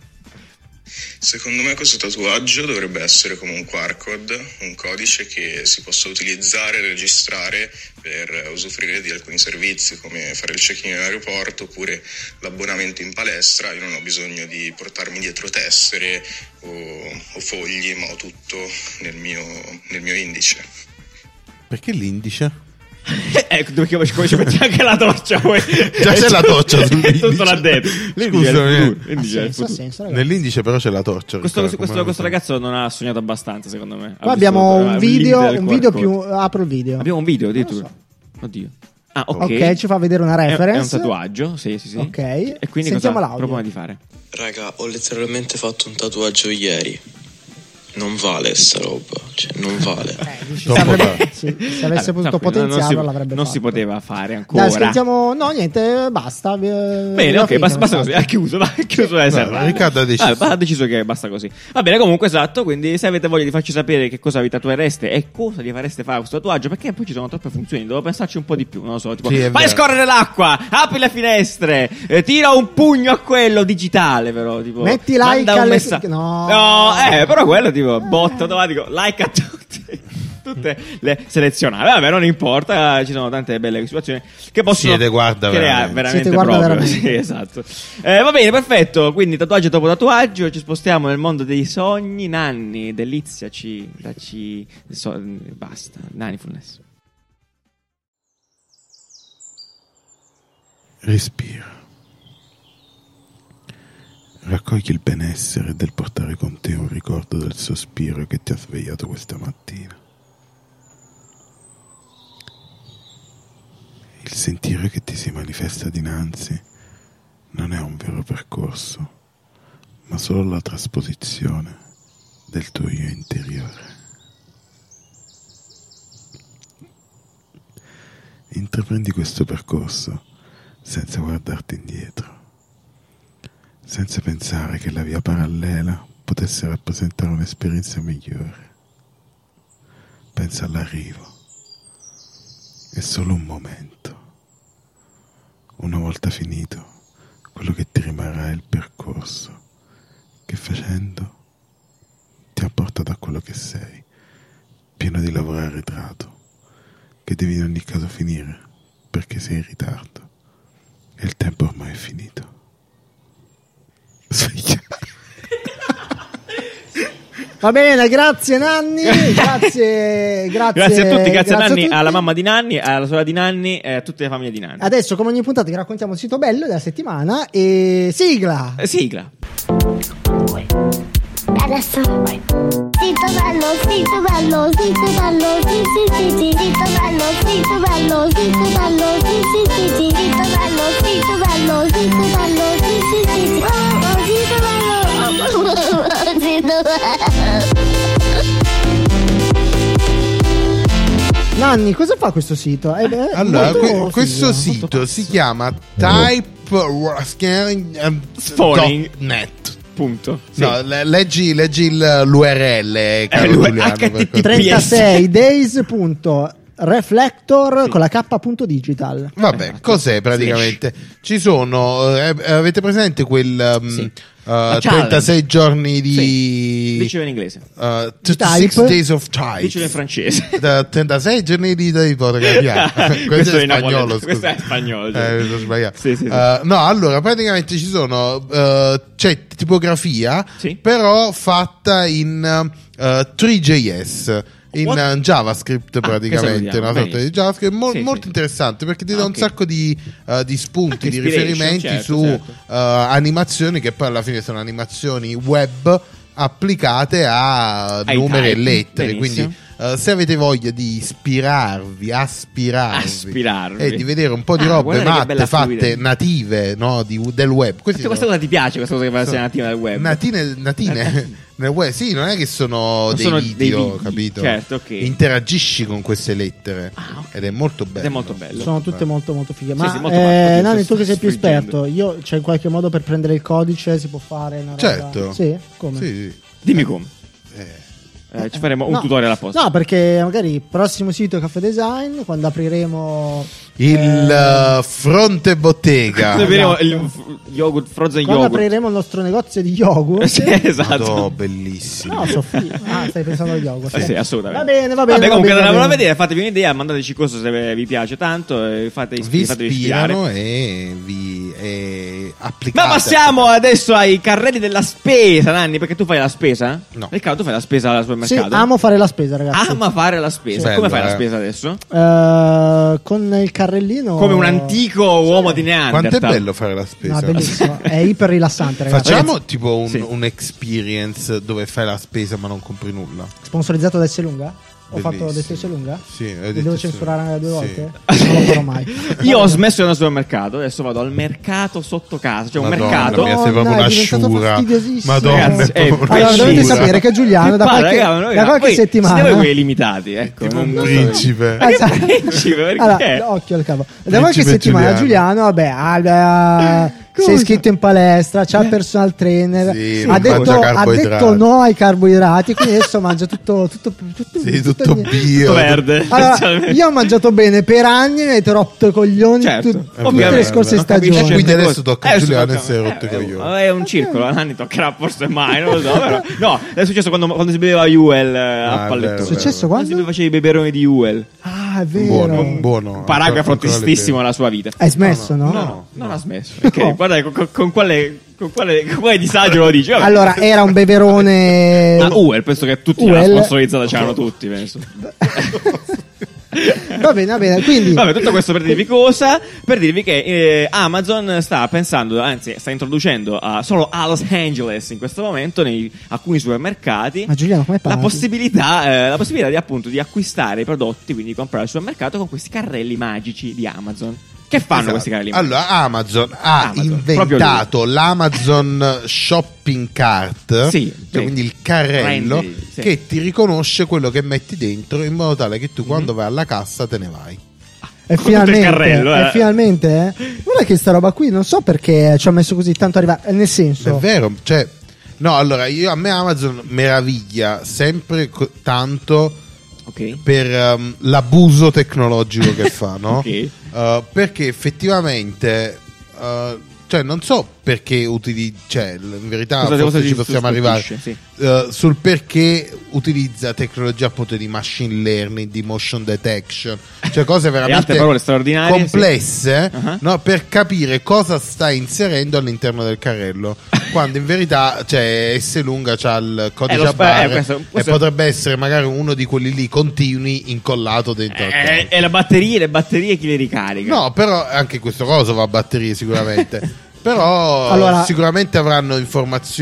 Speaker 6: Secondo me questo tatuaggio dovrebbe essere come un QR code, un codice che si possa utilizzare e registrare per eh, usufruire di alcuni servizi come fare il check-in in aeroporto oppure l'abbonamento in palestra. Io non ho bisogno di portarmi dietro tessere o, o fogli, ma ho tutto nel mio, nel mio indice.
Speaker 2: Perché l'indice?
Speaker 1: Ecco, dove come, come ci metti anche la torcia poi.
Speaker 2: Già c'è la torcia
Speaker 1: È tutto
Speaker 2: sull'indice.
Speaker 1: là dentro. L'indice è il
Speaker 2: Scusami.
Speaker 1: futuro,
Speaker 2: eh.
Speaker 3: Ha
Speaker 1: l'indice è il
Speaker 3: senso, ha
Speaker 1: futuro.
Speaker 3: senso, ragazzi.
Speaker 2: Nell'indice però c'è la torcia.
Speaker 1: Questo,
Speaker 2: Riccardo,
Speaker 1: questo, questo,
Speaker 2: come
Speaker 1: questo
Speaker 2: lo
Speaker 1: ragazzo non ha sognato abbastanza, secondo me. Ha
Speaker 3: Qua
Speaker 1: visto-
Speaker 3: abbiamo
Speaker 1: ha-
Speaker 3: un
Speaker 1: limite
Speaker 3: video,
Speaker 1: del
Speaker 3: un video
Speaker 1: QR
Speaker 3: più.
Speaker 1: code.
Speaker 3: Apro il video.
Speaker 1: Abbiamo un video addirittura.
Speaker 3: Non lo
Speaker 1: Oddio. Ah, ok.
Speaker 3: Ok, ci fa vedere una
Speaker 1: È- È un
Speaker 3: reference.
Speaker 1: tatuaggio, sì, sì, sì.
Speaker 3: Ok.
Speaker 1: E quindi
Speaker 3: Sentiamo
Speaker 1: cosa
Speaker 3: l'audio.
Speaker 1: propone di fare?
Speaker 7: Raga, ho letteralmente fatto un tatuaggio ieri. Non vale sta roba, cioè non vale.
Speaker 3: Eh, dici,
Speaker 2: Troppo
Speaker 3: sarebbe-
Speaker 2: tardi.
Speaker 3: sì, se avesse
Speaker 1: Vabbè,
Speaker 3: potuto
Speaker 1: tranquillo, non
Speaker 3: potenziarlo
Speaker 1: si,
Speaker 3: l'avrebbe
Speaker 1: Non
Speaker 3: fatto.
Speaker 1: si poteva fare ancora.
Speaker 3: Dai, scherziamo. No, niente, basta. eh, Bene,
Speaker 1: Bene, ok, basta, basta così. eh. Ha chiuso, ha chiuso la serata.
Speaker 2: Riccardo ha deciso.
Speaker 1: Ah, ha deciso che basta così. Va bene, comunque, esatto. Quindi, se avete voglia di farci sapere che cosa vi tatuereste e cosa vi fareste fare a questo tatuaggio, perché poi ci sono troppe funzioni, devo pensarci un po' di più. Non lo so, tipo,
Speaker 2: Sì, è
Speaker 1: fai
Speaker 2: vero.
Speaker 1: scorrere l'acqua, apri le finestre, eh, tira un pugno a quello digitale, però. Tipo,
Speaker 3: Metti like
Speaker 1: manda un
Speaker 3: alle-
Speaker 1: messa-
Speaker 3: no.
Speaker 1: no, eh, però quello, tipo, botto automatico, like a tutti. Tutte le selezionate, vabbè, non importa, ci sono tante belle situazioni che possono
Speaker 2: Siete guarda
Speaker 1: creare
Speaker 2: veramente.
Speaker 1: veramente,
Speaker 3: Siete guarda
Speaker 1: proprio.
Speaker 3: veramente.
Speaker 1: Sì, esatto. Eh, va bene, perfetto. Quindi tatuaggio dopo tatuaggio, ci spostiamo nel mondo dei sogni. Nanni, deliziaci, dacci. so- basta, Nanni Fullness.
Speaker 2: Respira. Raccogli il benessere del portare con te un ricordo del sospiro che ti ha svegliato questa mattina. Il sentiero che ti si manifesta dinanzi non è un vero percorso, ma solo la trasposizione del tuo io interiore. Intraprendi questo percorso senza guardarti indietro, senza pensare che la via parallela potesse rappresentare un'esperienza migliore. Pensa all'arrivo. È solo un momento. Una volta finito, quello che ti rimarrà è il percorso che facendo ti ha portato a quello che sei, pieno di lavoro arretrato, che devi in ogni caso finire perché sei in ritardo e il tempo ormai è finito.
Speaker 3: Va bene, grazie Nanni, grazie, grazie,
Speaker 1: Grazie a tutti, grazie, a Nanni,
Speaker 3: tutti.
Speaker 1: alla mamma di Nanni, alla sorella di Nanni e a tutte le famiglie di Nanni.
Speaker 3: Adesso, come ogni puntata, vi raccontiamo il sito bello della settimana e sigla!
Speaker 1: Eh, sigla.
Speaker 8: Adesso. Sito bello, sito bello, sito bello, sì sì sì sì. Sito bello, sito bello, sito bello, sì sì sì sì. Sito bello, sito bello, sito bello, sì sì sì sì. Oh, oh, sito bello. Sito bello.
Speaker 3: Nanni, cosa fa questo sito? È, è
Speaker 2: Allora,
Speaker 3: molto
Speaker 2: que-
Speaker 3: figo.
Speaker 2: questo sito si chiama eh, typewascaring.net.
Speaker 1: Punto. Sì.
Speaker 2: No, le- leggi, leggi il- l'URL, eh, caro
Speaker 1: l'U-
Speaker 2: Giuliano,
Speaker 1: HTTP.
Speaker 2: per cortesia.
Speaker 3: 36 days.reflector con la k.digital.
Speaker 2: Vabbè, cos'è praticamente? Ci sono, eh, avete presente quel um,
Speaker 1: Sì.
Speaker 2: eh,
Speaker 1: challenge.
Speaker 2: 36 giorni di
Speaker 1: Dicelo in inglese.
Speaker 2: eh, t-
Speaker 3: Type.
Speaker 2: six days of
Speaker 1: Dicelo in
Speaker 2: type.
Speaker 1: francese.
Speaker 2: Da 36 giorni di, di fotografia. questo,
Speaker 1: Questo
Speaker 2: è
Speaker 1: è napoletano,
Speaker 2: spagnolo. scusa.
Speaker 1: questo è spagnolo, sì.
Speaker 2: Eh, l'ho sbagliato.
Speaker 1: Sì, sì, sì.
Speaker 2: Eh, no, allora praticamente ci sono. eh, c'è tipografia,
Speaker 1: Sì.
Speaker 2: però fatta in eh, 3JS. In
Speaker 1: What?
Speaker 2: eh, JavaScript
Speaker 1: Ah,
Speaker 2: praticamente,
Speaker 1: che
Speaker 2: una sorta
Speaker 1: salutiamo,
Speaker 2: di JavaScript mo-
Speaker 1: Sì,
Speaker 2: molto
Speaker 1: sì.
Speaker 2: interessante perché ti dà
Speaker 1: Ah,
Speaker 2: un
Speaker 1: ok.
Speaker 2: sacco di, eh, di spunti,
Speaker 1: Anche
Speaker 2: di
Speaker 1: inspiration,
Speaker 2: riferimenti
Speaker 1: certo,
Speaker 2: su
Speaker 1: certo.
Speaker 2: eh, animazioni che poi alla fine sono animazioni web applicate a
Speaker 1: Ai
Speaker 2: numeri e
Speaker 1: type.
Speaker 2: lettere.
Speaker 1: Benissimo.
Speaker 2: Quindi eh, se avete voglia di ispirarvi, aspirarvi,
Speaker 1: Aspirarvi.
Speaker 2: e di vedere un po' di
Speaker 1: Ah,
Speaker 2: robe
Speaker 1: guardate che
Speaker 2: matte
Speaker 1: bella
Speaker 2: fatte
Speaker 1: fluidità.
Speaker 2: native no, di- del web, queste
Speaker 1: Questa cosa ti piace, questa cosa che fa sia nativa del web?
Speaker 2: Natine, natine nel web, sì, non è che sono,
Speaker 1: Non
Speaker 2: dei,
Speaker 1: sono
Speaker 2: video,
Speaker 1: dei video,
Speaker 2: capito?
Speaker 1: certo, ok.
Speaker 2: Interagisci con queste lettere
Speaker 1: Ah, ok.
Speaker 2: ed è molto bello.
Speaker 1: Ed è molto bello.
Speaker 3: Sono tutte molto molto fighe. Ma
Speaker 1: sì, molto
Speaker 3: eh,
Speaker 1: matto,
Speaker 3: Nanni,
Speaker 1: sto
Speaker 3: tu che sei più esperto,
Speaker 1: sfriggendo.
Speaker 3: io c'è qualche modo per prendere il codice? Si può fare una roba?
Speaker 2: Certo.
Speaker 3: Sì, come?
Speaker 2: Sì, sì.
Speaker 1: Dimmi come.
Speaker 2: Eh.
Speaker 1: Eh, ci faremo un
Speaker 3: No.
Speaker 1: tutorial apposta.
Speaker 3: No, perché magari prossimo sito Caffè Design, quando apriremo
Speaker 2: Il
Speaker 3: eh,
Speaker 2: eh, fronte bottega.
Speaker 1: Noi vedremo
Speaker 3: esatto.
Speaker 1: il f- yogurt, frozen
Speaker 3: quando
Speaker 1: yogurt.
Speaker 3: apriremo il nostro negozio di yogurt.
Speaker 1: Sì, esatto.
Speaker 2: Madò, bellissimo.
Speaker 3: No, Sofì. Ah, stai pensando al yogurt.
Speaker 1: Eh sì, assolutamente.
Speaker 3: Va bene, va bene.
Speaker 1: Vabbè,
Speaker 3: va
Speaker 1: comunque
Speaker 3: bene, va
Speaker 1: andatevelo a
Speaker 3: bene.
Speaker 1: vedere, fatevi un'idea, mandateci questo se vi piace tanto. e Fate, ispi-
Speaker 2: vi
Speaker 1: fatevi ispirare.
Speaker 2: ispirano e vi e applicate.
Speaker 1: Ma passiamo adesso ai carrelli della spesa, Nanni, perché tu fai la spesa?
Speaker 2: No.
Speaker 1: Riccardo, tu fai la spesa al
Speaker 3: Sì,
Speaker 1: supermercato?
Speaker 3: amo fare la spesa, ragazzi.
Speaker 2: Ah,
Speaker 1: Ama fare la spesa.
Speaker 2: Sì.
Speaker 1: Come
Speaker 2: Bello,
Speaker 1: fai la
Speaker 2: eh.
Speaker 1: spesa adesso?
Speaker 3: Eh, con il carrellino.
Speaker 1: Come un antico uomo di Neanderthal.
Speaker 2: Oh. Quanto è bello fare la spesa.
Speaker 3: No, è bellissimo. È iper rilassante, ragazzi.
Speaker 2: Facciamo
Speaker 1: Ragazzi,
Speaker 2: tipo un,
Speaker 1: sì.
Speaker 2: un experience dove fai la spesa ma non compri nulla.
Speaker 3: Sponsorizzato da Esselunga? Ho fatto
Speaker 2: Bellissimo.
Speaker 3: detto Esselunga?
Speaker 2: Sì, hai
Speaker 3: Mi
Speaker 2: detto
Speaker 3: devo
Speaker 2: Esselunga.
Speaker 3: censurare due
Speaker 2: Sì.
Speaker 3: volte? Non lo farò mai.
Speaker 1: Io ho smesso di andare al supermercato, adesso vado al mercato sotto casa, cioè un
Speaker 2: Madonna
Speaker 1: mercato.
Speaker 2: mia, sei proprio
Speaker 3: Madonna, è
Speaker 2: una
Speaker 3: diventato
Speaker 2: sciura.
Speaker 3: fastidiosissimo.
Speaker 2: Madonna,
Speaker 1: Ragazzi,
Speaker 2: è
Speaker 1: è
Speaker 2: proprio
Speaker 3: Allora,
Speaker 2: una
Speaker 3: dovete
Speaker 2: sciura.
Speaker 3: sapere che Giuliano
Speaker 1: Che
Speaker 3: da
Speaker 1: palle,
Speaker 3: qualche,
Speaker 1: raga, ma noi-
Speaker 3: da qualche
Speaker 1: poi
Speaker 3: settimana...
Speaker 1: Siete voi quelli limitati, ecco.
Speaker 2: Tipo
Speaker 1: non-
Speaker 2: un
Speaker 1: non so-
Speaker 2: principe.
Speaker 1: Ma che
Speaker 3: Esatto.
Speaker 1: principe, perché?
Speaker 3: Allora, occhio al cavo. Da
Speaker 2: Principe
Speaker 3: qualche settimana
Speaker 2: Giuliano.
Speaker 3: Giuliano, vabbè, ah, beh,
Speaker 1: Cosa?
Speaker 3: sei iscritto in palestra, c'ha il personal trainer,
Speaker 2: Sì,
Speaker 3: ha,
Speaker 2: non
Speaker 3: detto,
Speaker 2: mangia
Speaker 3: ha
Speaker 2: carboidrati.
Speaker 3: detto no ai carboidrati, quindi adesso mangia tutto tutto, tutto,
Speaker 2: Sì, tutto
Speaker 3: niente.
Speaker 2: bio.
Speaker 1: Tutto verde.
Speaker 3: Allora,
Speaker 1: Cioè,
Speaker 3: io ho mangiato bene per anni e mi avete rotto i coglioni
Speaker 1: Certo.
Speaker 3: tut- tutte
Speaker 1: Ovviamente.
Speaker 3: le scorse
Speaker 1: Non capisce
Speaker 3: stagioni.
Speaker 2: Quindi
Speaker 1: certe
Speaker 2: adesso
Speaker 1: cose.
Speaker 2: tocca a
Speaker 1: Adesso
Speaker 2: Giuliano
Speaker 1: tocca-
Speaker 2: essere rotto
Speaker 1: eh,
Speaker 2: i coglioni.
Speaker 1: È un circolo, Nanni toccherà forse mai, non lo so. Però, no, è successo quando, quando si beveva Juel eh, a
Speaker 2: Ah, è
Speaker 1: pallettone.
Speaker 2: vero,
Speaker 3: È successo
Speaker 1: Quando si
Speaker 3: quando?
Speaker 1: facevi i beberoni di Juel.
Speaker 3: Ah, è
Speaker 2: Buono,
Speaker 3: vero.
Speaker 2: buono.
Speaker 1: Un paragrafo
Speaker 2: Ancora- ancora le
Speaker 1: tristissimo della sua vita.
Speaker 3: Hai smesso, no?
Speaker 2: no.
Speaker 1: Non ha smesso. Ok, guarda con, con- con quale, con, quale, con quale disagio lo dici. Vabbè.
Speaker 3: Allora, era un beverone
Speaker 1: Ah, Uel, penso che tutti
Speaker 3: Uel.
Speaker 1: l'hanno sponsorizzata, c'erano tutti, penso.
Speaker 3: Va bene, va bene, quindi
Speaker 1: Vabbè, tutto questo per dirvi cosa? Per dirvi che eh, Amazon sta pensando, anzi, sta introducendo a- solo a Los Angeles in questo momento, nei alcuni supermercati.
Speaker 3: Ma Giuliano, come
Speaker 1: la
Speaker 3: parli?
Speaker 1: possibilità, eh, la possibilità di appunto di acquistare i prodotti, quindi di comprare al supermercato con questi carrelli magici di Amazon. Che fanno
Speaker 2: Esatto.
Speaker 1: questi carrelli magici?
Speaker 2: Allora, Amazon ha
Speaker 1: Amazon,
Speaker 2: inventato l'Amazon Shopping Cart,
Speaker 1: Sì,
Speaker 2: cioè
Speaker 1: sì.
Speaker 2: quindi il carrello
Speaker 1: Prendi, sì.
Speaker 2: che ti riconosce quello che metti dentro in modo tale che tu
Speaker 1: Mhm.
Speaker 2: quando vai alla cassa te ne vai.
Speaker 3: E
Speaker 1: Con tutto il
Speaker 3: finalmente,
Speaker 1: carrello,
Speaker 3: e
Speaker 1: eh.
Speaker 3: finalmente, eh. guarda che sta roba qui, non so perché ci ha messo così tanto a arrivare, eh, nel
Speaker 2: È
Speaker 3: senso,
Speaker 2: vero, cioè, no, allora io a me Amazon meraviglia sempre co- tanto
Speaker 1: Ok.
Speaker 2: per um, l'abuso tecnologico che fa, no? Eh,
Speaker 1: Ok.
Speaker 2: Uh, perché effettivamente uh, cioè, cioè, non so perché utilizza, cioè, l- in verità
Speaker 1: Cosa-
Speaker 2: forse
Speaker 1: cosa ti
Speaker 2: ci possiamo arrivare
Speaker 1: stupisce,
Speaker 2: eh, sul perché utilizza tecnologia appunto di machine learning, di motion detection, cioè cose veramente
Speaker 1: altre parole straordinarie,
Speaker 2: complesse
Speaker 1: sì. Ah.
Speaker 2: no, per capire cosa sta inserendo all'interno del carrello. Quando in verità cioè, S lunga c'ha il codice
Speaker 1: lo
Speaker 2: a
Speaker 1: spa-
Speaker 2: barre
Speaker 1: eh, questo- questo-
Speaker 2: e potrebbe essere magari uno di quelli lì continui incollato dentro al carrello.
Speaker 1: E Eh, la batteria, le batterie chi le ricarica?
Speaker 2: No, però anche questo coso va a batterie sicuramente. però
Speaker 3: Allora-
Speaker 2: sicuramente avranno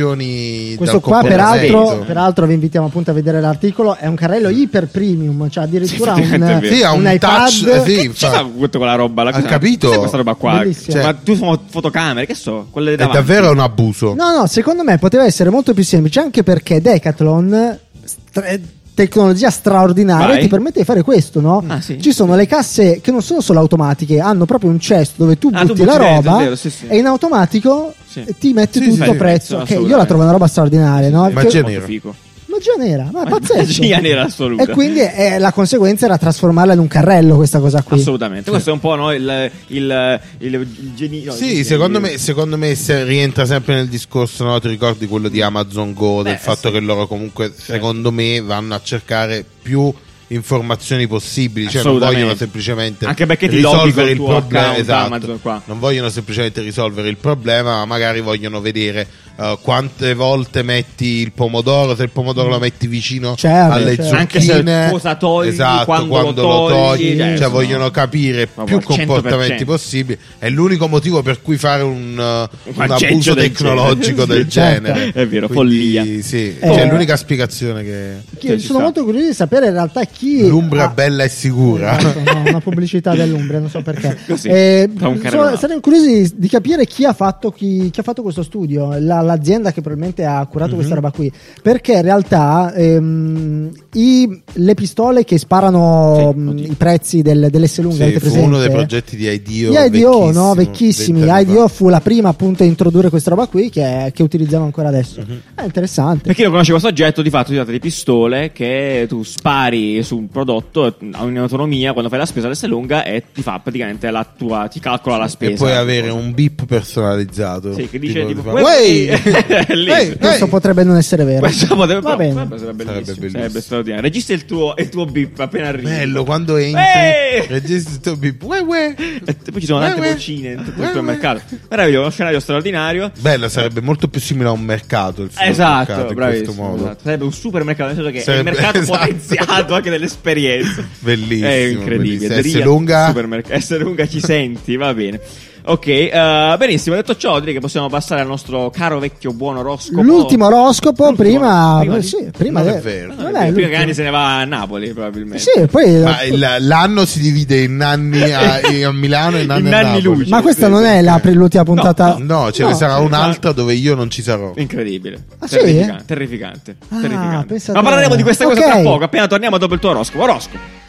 Speaker 2: informazioni
Speaker 3: Questo
Speaker 2: dal
Speaker 3: qua,
Speaker 2: comportamento.
Speaker 3: peraltro, peraltro, vi invitiamo appunto a vedere l'articolo. È un carrello iper premium, cioè addirittura
Speaker 1: Sì, effettivamente è
Speaker 3: un,
Speaker 1: vero.
Speaker 2: Sì, ha un,
Speaker 3: iPad.
Speaker 2: touch, eh, sì,
Speaker 1: Ci
Speaker 2: infatti.
Speaker 1: fa tutto quella roba? La
Speaker 2: Ha capito?
Speaker 1: Cos'è questa roba qua?
Speaker 3: Bellissimo.
Speaker 1: Ma
Speaker 2: Cioè-
Speaker 1: tu sono fotocamere, che so? Quelle
Speaker 2: è
Speaker 1: davanti.
Speaker 2: davvero un abuso.
Speaker 3: No, no, secondo me poteva essere molto più semplice anche perché Decathlon, stra- eh, tecnologia straordinaria,
Speaker 1: Vai.
Speaker 3: ti permette di fare questo, no?
Speaker 1: Ah, sì.
Speaker 3: Ci sono le casse che non sono solo automatiche, hanno proprio un cesto dove tu
Speaker 1: Ah, tu
Speaker 3: butti
Speaker 1: butti
Speaker 3: la
Speaker 1: dentro,
Speaker 3: roba
Speaker 1: è vero, sì, sì.
Speaker 3: e in automatico
Speaker 1: Sì.
Speaker 3: ti mette
Speaker 1: Sì, sì,
Speaker 3: tutto
Speaker 1: sì.
Speaker 3: prezzo.
Speaker 1: Sì,
Speaker 3: Che io la trovo una roba straordinaria, no?
Speaker 2: Ma
Speaker 3: Che-
Speaker 2: c'è-
Speaker 1: Molto
Speaker 2: nero.
Speaker 1: figo.
Speaker 3: magia nera, ma è pazzesco.
Speaker 1: Magia nera assoluta.
Speaker 3: E quindi eh, la conseguenza era trasformarla in un carrello questa cosa qui.
Speaker 1: Assolutamente, questo è un po' no, il, il, il, il genio. no,
Speaker 2: Sì,
Speaker 1: il-
Speaker 2: secondo
Speaker 1: il-
Speaker 2: me, secondo me se rientra sempre nel discorso, no? ti ricordi quello di Amazon Go, del
Speaker 1: Beh,
Speaker 2: fatto
Speaker 1: sì.
Speaker 2: che loro comunque, secondo me, vanno a cercare più informazioni possibili, cioè non
Speaker 1: Assolutamente.
Speaker 2: vogliono semplicemente
Speaker 1: Anche perché ti loghi col
Speaker 2: risolvere il
Speaker 1: tuo
Speaker 2: problema,
Speaker 1: account
Speaker 2: esatto.
Speaker 1: Amazon qua.
Speaker 2: non vogliono semplicemente risolvere il problema, ma magari vogliono vedere eh, quante volte metti il pomodoro, se il pomodoro lo metti vicino
Speaker 3: Certo,
Speaker 2: alle
Speaker 3: certo.
Speaker 2: zucchine,
Speaker 1: Anche se cosa togli,
Speaker 2: esatto,
Speaker 1: quando lo
Speaker 2: lo
Speaker 1: togli, cioè,
Speaker 2: togli, cioè,
Speaker 1: sono-
Speaker 2: vogliono capire
Speaker 1: Ma
Speaker 2: più
Speaker 1: al 100%.
Speaker 2: comportamenti possibili. È l'unico motivo per cui fare un, eh, un
Speaker 1: aggeggio
Speaker 2: abuso
Speaker 1: del
Speaker 2: tecnologico
Speaker 1: genere.
Speaker 2: del
Speaker 1: Certo.
Speaker 2: genere.
Speaker 1: È vero,
Speaker 2: Quindi,
Speaker 1: follia.
Speaker 2: Sì,
Speaker 3: Eh.
Speaker 2: cioè, è l'unica spiegazione che
Speaker 3: Che
Speaker 1: Cioè, ci
Speaker 3: sono
Speaker 1: sta.
Speaker 3: molto curioso di sapere in realtà chi
Speaker 2: l'Umbra
Speaker 3: ha-
Speaker 2: bella e sicura.
Speaker 3: Esatto, no, una pubblicità dell'Umbria, non so perché.
Speaker 1: Così,
Speaker 3: Eh,
Speaker 1: tra un
Speaker 3: so-
Speaker 1: carro e un altro.
Speaker 3: sarei curioso di, di capire chi ha fatto, chi- chi ha fatto questo studio, la- l'azienda che probabilmente ha curato
Speaker 2: Mhm.
Speaker 3: questa roba qui. Perché in realtà ehm, i- le pistole che sparano
Speaker 1: Sì,
Speaker 3: mh,
Speaker 1: oddio.
Speaker 3: i prezzi del, dell'S lunga,
Speaker 2: Sì,
Speaker 3: avete
Speaker 2: fu
Speaker 3: presente? eh?
Speaker 2: uno dei progetti di IDEO.
Speaker 3: Gli IDO,
Speaker 2: vecchissimo,
Speaker 3: no? vecchissimi.
Speaker 2: vent'anni
Speaker 3: IDO
Speaker 2: fa.
Speaker 3: fu la prima appunto a introdurre questa roba qui che, che utilizziamo ancora adesso.
Speaker 2: Mhm.
Speaker 3: È interessante.
Speaker 1: Per chi non conosce questo oggetto, di fatto si tratta di pistole che tu spari su un prodotto ha un'autonomia quando fai la spesa adesso è lunga e ti fa praticamente la tua, ti calcola la spesa.
Speaker 2: E puoi avere un beep personalizzato.
Speaker 1: Esatto. Sì, che dice tipo,
Speaker 2: ti fa,
Speaker 1: "Uey!"
Speaker 2: "Uey!"
Speaker 1: Lì.
Speaker 2: "Uey!"
Speaker 3: questo
Speaker 2: "Uey!"
Speaker 3: potrebbe non essere vero.
Speaker 1: Questo potrebbe
Speaker 3: Va bene.
Speaker 1: però- sarebbe
Speaker 2: Sarebbe
Speaker 1: bellissimo.
Speaker 2: bellissimo.
Speaker 1: Sarebbe straordinario. Registra il tuo, il tuo bip appena arrivi.
Speaker 2: Bello, quando entri,
Speaker 1: Uey!
Speaker 2: registri il tuo beep. "Uey, uey!"
Speaker 1: E t- poi ci sono tante
Speaker 3: Eh,
Speaker 2: Uey, uey!
Speaker 1: boccine in tutto
Speaker 2: Uey,
Speaker 1: il
Speaker 2: uey!
Speaker 1: supermercato. Meraviglioso, uno scenario straordinario.
Speaker 2: Bello, sarebbe molto più simile a un mercato. Il supermercato,
Speaker 1: Esatto,
Speaker 2: in
Speaker 1: bravissimo.
Speaker 2: questo modo.
Speaker 1: esatto. Sarebbe un supermercato, nel senso che
Speaker 2: Sarebbe-
Speaker 1: è il mercato
Speaker 2: esatto.
Speaker 1: potenziato anche dell'esperienza.
Speaker 2: Bellissimo,
Speaker 1: È incredibile.
Speaker 2: bellissimo.
Speaker 1: Dria,
Speaker 2: S. Lunga.
Speaker 1: supermerc- S. lunga ci senti, va bene. Ok, eh, benissimo. Detto ciò, direi che possiamo passare al nostro caro vecchio buono oroscopo.
Speaker 3: L'ultimo oroscopo
Speaker 1: L'ultimo,
Speaker 3: prima,
Speaker 1: prima di-
Speaker 3: sì, prima
Speaker 2: Non è
Speaker 3: del-
Speaker 2: vero.
Speaker 3: non
Speaker 1: Prima che
Speaker 3: è l'ultimo. Ah,
Speaker 1: Anni se ne va a Napoli, probabilmente.
Speaker 3: Sì, poi-
Speaker 2: Ma il- l'anno si divide in anni a, a Milano e in anni,
Speaker 1: In
Speaker 2: a
Speaker 1: anni
Speaker 2: Napoli.
Speaker 1: luci.
Speaker 3: ma questa non è la pre- l'ultima puntata.
Speaker 2: No, cioè, ce ne sarà un'altra dove io non ci sarò.
Speaker 1: Incredibile.
Speaker 3: Ah, sì?
Speaker 1: terrificante. Terrificante.
Speaker 3: Ah,
Speaker 1: terrificante.
Speaker 3: pensate-
Speaker 1: Ma parleremo di questa cosa
Speaker 3: Ok.
Speaker 1: tra poco, appena torniamo dopo il tuo oroscopo. Oroscopo.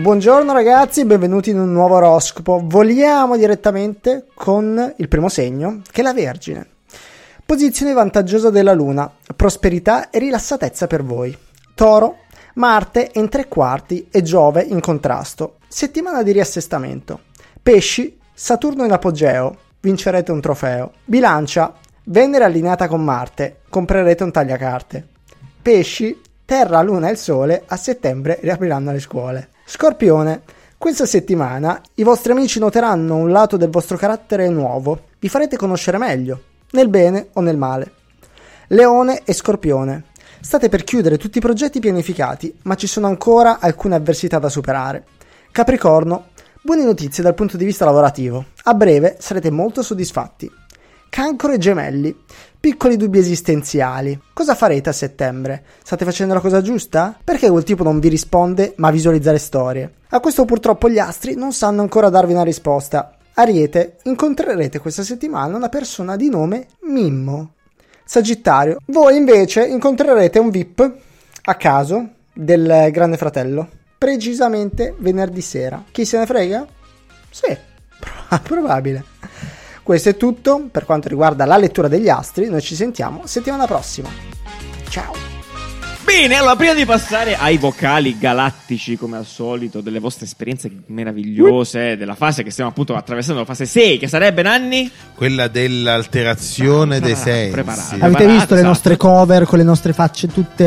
Speaker 3: Buongiorno ragazzi, benvenuti in un nuovo oroscopo. Voliamo direttamente con il primo segno, che è la Vergine. Posizione vantaggiosa della Luna, prosperità e rilassatezza per voi. Toro, Marte in tre quarti e Giove in contrasto. Settimana di riassestamento. Pesci, Saturno in apogeo, vincerete un trofeo. Bilancia, Venere allineata con Marte, comprerete un tagliacarte. Pesci, Terra, Luna e il Sole a settembre riapriranno le scuole. Scorpione, questa settimana i vostri amici noteranno un lato del vostro carattere nuovo, vi farete conoscere meglio, nel bene o nel male. Leone e Scorpione, state per chiudere tutti i progetti pianificati, ma ci sono ancora alcune avversità da superare. Capricorno, buone notizie dal punto di vista lavorativo, a breve sarete molto soddisfatti. Cancro e gemelli, piccoli dubbi esistenziali. Cosa farete a settembre? State facendo la cosa giusta? Perché quel tipo non vi risponde ma a visualizzare storie? A questo purtroppo gli astri non sanno ancora darvi una risposta. Ariete, incontrerete questa settimana una persona di nome Mimmo. Sagittario, voi invece incontrerete un VIP a caso del Grande Fratello, precisamente venerdì sera. Chi se ne frega? Sì, prob- probabile. Questo è tutto per quanto riguarda la lettura degli astri, noi ci sentiamo settimana prossima. Ciao!
Speaker 1: Bene, allora prima di passare ai vocali galattici, come al solito, delle vostre esperienze meravigliose, della fase che stiamo appunto attraversando, la fase 6, che sarebbe Nanni?
Speaker 2: Quella
Speaker 1: Ah,
Speaker 2: dell'alterazione dei sensi.
Speaker 1: Preparati.
Speaker 2: In
Speaker 3: Avete
Speaker 1: preparati,
Speaker 3: visto le
Speaker 1: esatto.
Speaker 3: nostre cover con le nostre facce tutte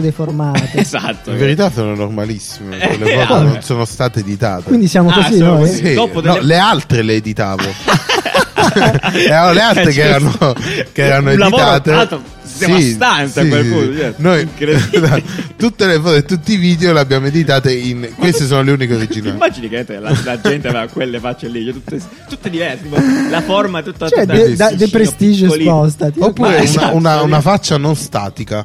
Speaker 3: deformate?
Speaker 1: Esatto.
Speaker 2: verità sono normalissime,
Speaker 1: Eh,
Speaker 2: quelle foto
Speaker 1: vabbè.
Speaker 2: non sono state editate.
Speaker 3: Quindi siamo
Speaker 1: Ah,
Speaker 3: così
Speaker 1: siamo
Speaker 3: noi?
Speaker 1: così.
Speaker 2: Eh Sì,
Speaker 1: Dopo
Speaker 2: no,
Speaker 1: delle-
Speaker 2: le altre le editavo. Erano le altre che erano, che erano
Speaker 1: Un lavoro,
Speaker 2: editate.
Speaker 1: tra l'altro, devastante a quel punto, cioè,
Speaker 2: Noi- esatto.
Speaker 1: incredibile.
Speaker 2: tutte le foto e tutti i video le abbiamo editate in. Queste sono le uniche
Speaker 1: Ti
Speaker 2: originali.
Speaker 1: immagini che te, la, la gente aveva quelle facce lì, cioè, tutte, tutte diverse, tipo, la forma è tutta...
Speaker 3: Cioè,
Speaker 1: tutta
Speaker 3: de, da- de
Speaker 1: piccolino,
Speaker 3: prestigio
Speaker 1: piccolino.
Speaker 3: spostati.
Speaker 2: Oppure
Speaker 1: Ma
Speaker 2: una,
Speaker 1: esatto,
Speaker 2: una-
Speaker 1: sì.
Speaker 2: una faccia non statica.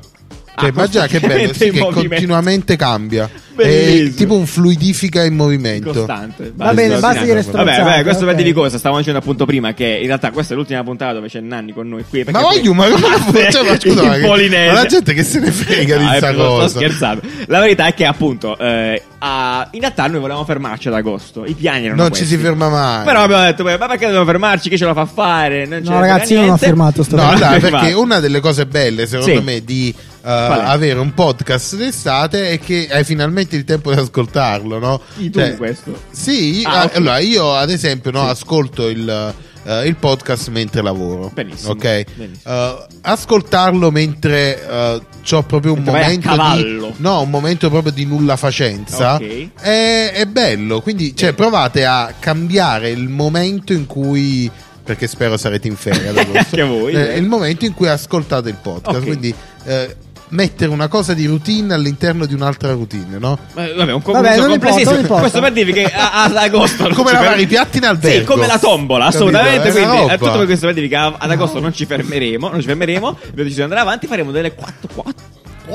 Speaker 2: Cioè,
Speaker 1: Ah,
Speaker 2: immagina che bello, sì,
Speaker 1: in
Speaker 2: che
Speaker 1: movimento.
Speaker 2: continuamente cambia. È
Speaker 1: Bellissimo.
Speaker 2: tipo un fluidifica in movimento.
Speaker 1: Costante.
Speaker 3: Va bene, basta
Speaker 2: Vabbè,
Speaker 3: dire
Speaker 1: Vabbè,
Speaker 3: stronzate.
Speaker 1: vabbè, questo per
Speaker 3: ok.
Speaker 1: dire cosa, stavamo dicendo appunto prima che in realtà questa è l'ultima puntata dove c'è Nanni con noi qui. perché
Speaker 2: Ma
Speaker 1: poi- Ah,
Speaker 2: voglio, ma come cioè, ma scusa,
Speaker 1: In
Speaker 2: ma che-
Speaker 1: polinese.
Speaker 2: ma la gente che se ne frega di
Speaker 1: No, eh,
Speaker 2: sta
Speaker 1: sto- Sto
Speaker 2: cosa.
Speaker 1: scherzando. La verità è che appunto eh, a- in realtà noi volevamo fermarci ad agosto. I piani erano
Speaker 2: Non
Speaker 1: questi.
Speaker 2: ci si ferma mai.
Speaker 1: Però abbiamo detto, beh, ma perché dobbiamo fermarci? Chi ce la fa fare? Non ce ne
Speaker 3: No,
Speaker 1: frega
Speaker 3: ragazzi, io non ho
Speaker 1: niente.
Speaker 3: fermato sto
Speaker 2: No,
Speaker 1: Vabbè,
Speaker 2: allora,
Speaker 1: va.
Speaker 2: perché una delle cose belle, secondo
Speaker 1: Sì.
Speaker 2: me, di eh,
Speaker 1: Qual è?
Speaker 2: avere un podcast d'estate è che hai finalmente il tempo di ascoltarlo, no?
Speaker 1: Chi tu
Speaker 2: Cioè,
Speaker 1: questo?
Speaker 2: Sì,
Speaker 1: Ah,
Speaker 2: a-
Speaker 1: ok.
Speaker 2: allora io ad esempio no, ascolto il, eh, il podcast mentre lavoro.
Speaker 1: Benissimo,
Speaker 2: Ok.
Speaker 1: benissimo.
Speaker 2: Eh, ascoltarlo mentre ho proprio un
Speaker 1: Mentre vai a
Speaker 2: momento
Speaker 1: cavallo.
Speaker 2: di no, un momento proprio di nulla facenza.
Speaker 1: Ok.
Speaker 2: È, è bello, quindi cioè, provate a cambiare il momento in cui perché spero sarete in ferie ad agosto.
Speaker 1: Anche voi,
Speaker 2: Eh,
Speaker 1: eh.
Speaker 2: il momento in cui ascoltate il podcast,
Speaker 1: Ok.
Speaker 2: quindi eh, mettere una cosa di routine all'interno di un'altra routine, no?
Speaker 1: Eh, Vabbè, un
Speaker 3: Vabbè,
Speaker 1: concorso
Speaker 3: non importa,
Speaker 1: complessissimo.
Speaker 3: non importa.
Speaker 1: Questo per dirvi che a- ad agosto. non
Speaker 2: Come
Speaker 1: ci
Speaker 2: lavare
Speaker 1: fermi-
Speaker 2: i piatti in albergo.
Speaker 1: Sì, come la tombola,
Speaker 2: Capito? eh,
Speaker 1: assolutamente.
Speaker 2: È una
Speaker 1: Quindi,
Speaker 2: roba.
Speaker 1: è tutto per questo per dirvi che a- ad agosto non ci fermeremo. Non ci fermeremo. Abbiamo deciso di andare avanti. Faremo delle 4 4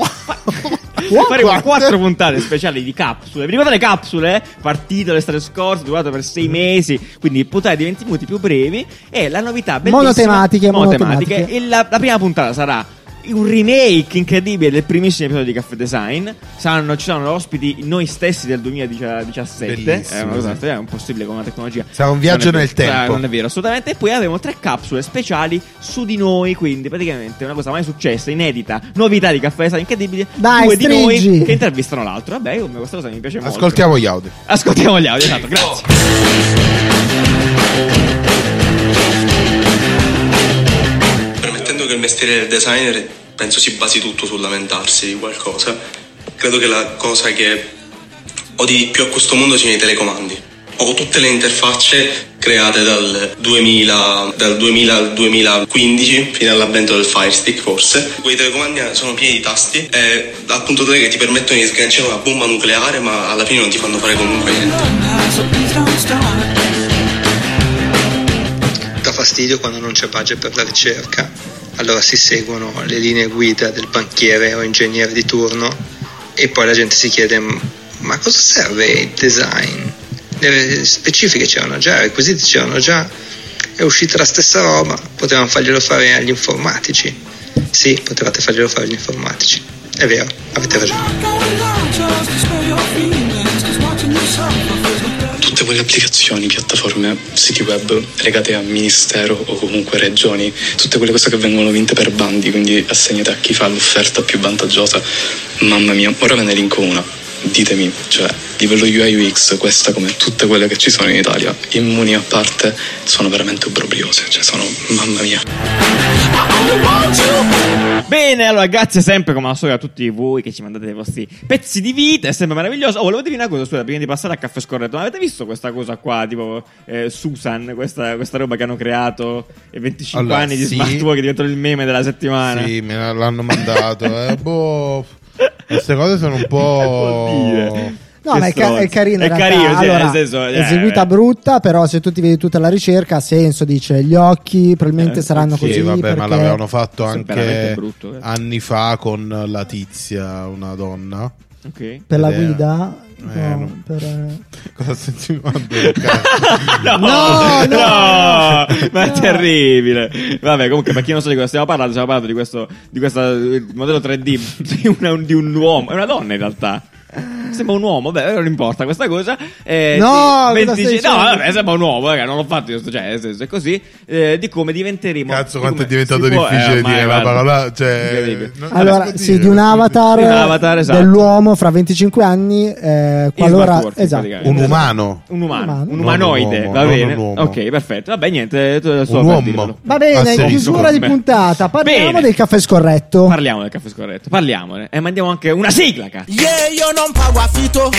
Speaker 1: faremo
Speaker 2: Quattro?
Speaker 1: 4 puntate speciali di capsule. Vi ricordate le capsule? Partite l'estate scorsa, durate per
Speaker 2: Mm.
Speaker 1: 6 mesi. Quindi puntate di 20 minuti più brevi. E la novità bellissima
Speaker 3: Monotematiche,
Speaker 1: monotematiche.
Speaker 3: monotematiche.
Speaker 1: E la, la prima puntata sarà. Un remake incredibile del primissimo episodio di Caffè Design. Saranno, ci saranno ospiti noi stessi del 2017.
Speaker 2: Bellissimo,
Speaker 1: è Eh, una cosa
Speaker 2: sì.
Speaker 1: è impossibile con una tecnologia.
Speaker 2: Sarà un viaggio
Speaker 1: Non è
Speaker 2: nel
Speaker 1: vero,
Speaker 2: tempo.
Speaker 1: sarà- Non è vero, assolutamente. E poi avremo tre capsule speciali su di noi, quindi praticamente una cosa mai successa, inedita, novità di Caffè Design incredibile.
Speaker 3: Dai,
Speaker 1: due di noi
Speaker 3: stringi.
Speaker 1: che intervistano l'altro. Vabbè, io- questa cosa mi piace molto.
Speaker 2: Ascoltiamo Oh. gli audio.
Speaker 1: Ascoltiamo gli audio, esatto, grazie.
Speaker 6: Permettendo che il mestiere del designer penso si basi tutto sul lamentarsi di qualcosa, credo che la cosa che odi di più a questo mondo siano i telecomandi. Ho tutte le interfacce create dal 2000, dal 2000 al 2015, fino all'avvento del Fire Stick forse. Quei telecomandi sono pieni di tasti, eh, al punto tale che ti permettono di sganciare una bomba nucleare, ma alla fine non ti fanno fare comunque niente.
Speaker 9: dà fastidio quando non c'è budget per la ricerca. Allora si seguono le linee guida del banchiere o ingegnere di turno e poi la gente si chiede ma a cosa serve il design? Le specifiche c'erano già, i requisiti c'erano già, è uscita la stessa roba, potevamo farglielo fare agli informatici. Sì, potevate farglielo fare agli informatici. È vero, avete ragione.
Speaker 5: Tutte quelle applicazioni, piattaforme, siti web legate a ministero o comunque regioni, tutte quelle cose che vengono vinte per bandi, quindi assegnate a chi fa l'offerta più vantaggiosa. Mamma mia, ora ve ne elenco una. Ditemi, cioè, livello UI UX, questa come tutte quelle che ci sono in Italia, immuni a parte, sono veramente obbrobriose, cioè sono, mamma mia.
Speaker 1: Bene, allora grazie sempre come al solito a tutti voi che ci mandate dei vostri pezzi di vita, è sempre meraviglioso. Oh, volevo dirvi una cosa, scusa, prima di passare a Caffè Scorretto, ma avete visto questa cosa qua, tipo eh, Susan, questa, questa roba che hanno creato, eh, 25
Speaker 2: Allora,
Speaker 1: anni di
Speaker 2: sì.
Speaker 1: smart work che diventano il meme della settimana?
Speaker 2: Sì, me la- l'hanno mandato. eh, boh. Queste cose sono un po'.
Speaker 3: No,
Speaker 1: Che
Speaker 3: ma è, ca-
Speaker 1: stronzi.
Speaker 3: è carina.
Speaker 1: È
Speaker 3: in realtà.
Speaker 1: carino, sì,
Speaker 3: Allora,
Speaker 1: nel senso, eh,
Speaker 3: eseguita
Speaker 1: eh.
Speaker 3: brutta, però se tu ti vedi tutta la ricerca, ha senso, dice gli occhi probabilmente
Speaker 1: Eh,
Speaker 3: saranno
Speaker 2: Sì,
Speaker 3: così.
Speaker 2: vabbè, ma
Speaker 3: perché-
Speaker 2: l'avevano fatto
Speaker 1: Questo è veramente
Speaker 2: anche
Speaker 1: brutto, eh.
Speaker 2: anni fa con la tizia, una donna.
Speaker 1: Ok.
Speaker 3: Per la
Speaker 2: Ed era-
Speaker 3: guida?
Speaker 2: Eh,
Speaker 3: no,
Speaker 2: no.
Speaker 3: per, eh,
Speaker 2: Cosa stai insinuando? Luca?
Speaker 1: No,
Speaker 3: No, no.
Speaker 1: ma è terribile. Vabbè, comunque, per chi non sa di cosa stiamo parlando, stiamo parlando di questo, di questo eh, modello 3D di, una- di un uomo. È una donna in realtà. Sembra un uomo, beh, non importa questa cosa. Eh,
Speaker 3: No,
Speaker 1: di
Speaker 3: cosa
Speaker 1: 25
Speaker 3: stai
Speaker 1: no,
Speaker 3: dicendo?
Speaker 1: vabbè, sembra un uomo, raga, non l'ho fatto io, sto- cioè, nel senso, è così. eh, di come diventeremo.
Speaker 2: Cazzo,
Speaker 1: di
Speaker 2: quanto è
Speaker 1: come
Speaker 2: diventato
Speaker 1: si può- eh,
Speaker 2: difficile
Speaker 1: ormai,
Speaker 2: dire la
Speaker 1: guarda,
Speaker 2: parola. Cioè,
Speaker 1: incredibile.
Speaker 2: non- non si
Speaker 3: Allora,
Speaker 2: può
Speaker 3: sì,
Speaker 2: dire.
Speaker 3: di un avatar,
Speaker 1: Di un avatar, esatto.
Speaker 3: dell'uomo fra 25 anni, eh,
Speaker 1: smart
Speaker 3: qualora...
Speaker 1: working,
Speaker 3: Esatto.
Speaker 1: praticamente.
Speaker 2: Un umano.
Speaker 1: Un umano,
Speaker 3: Umano.
Speaker 1: un umanoide,
Speaker 2: Non un uomo,
Speaker 1: va
Speaker 2: non
Speaker 1: bene.
Speaker 2: un uomo.
Speaker 1: Ok, perfetto. Vabbè, niente, te- solo
Speaker 2: Un
Speaker 1: per
Speaker 2: uomo.
Speaker 1: dirvelo.
Speaker 3: Va bene,
Speaker 2: Asterisco.
Speaker 3: chiusura di
Speaker 1: Beh.
Speaker 3: puntata. Parliamo
Speaker 1: Bene.
Speaker 3: del caffè scorretto.
Speaker 1: Parliamo del caffè scorretto, parliamone. E mandiamo anche una sigla, cazzo.
Speaker 10: Yeah, io non pago affitto,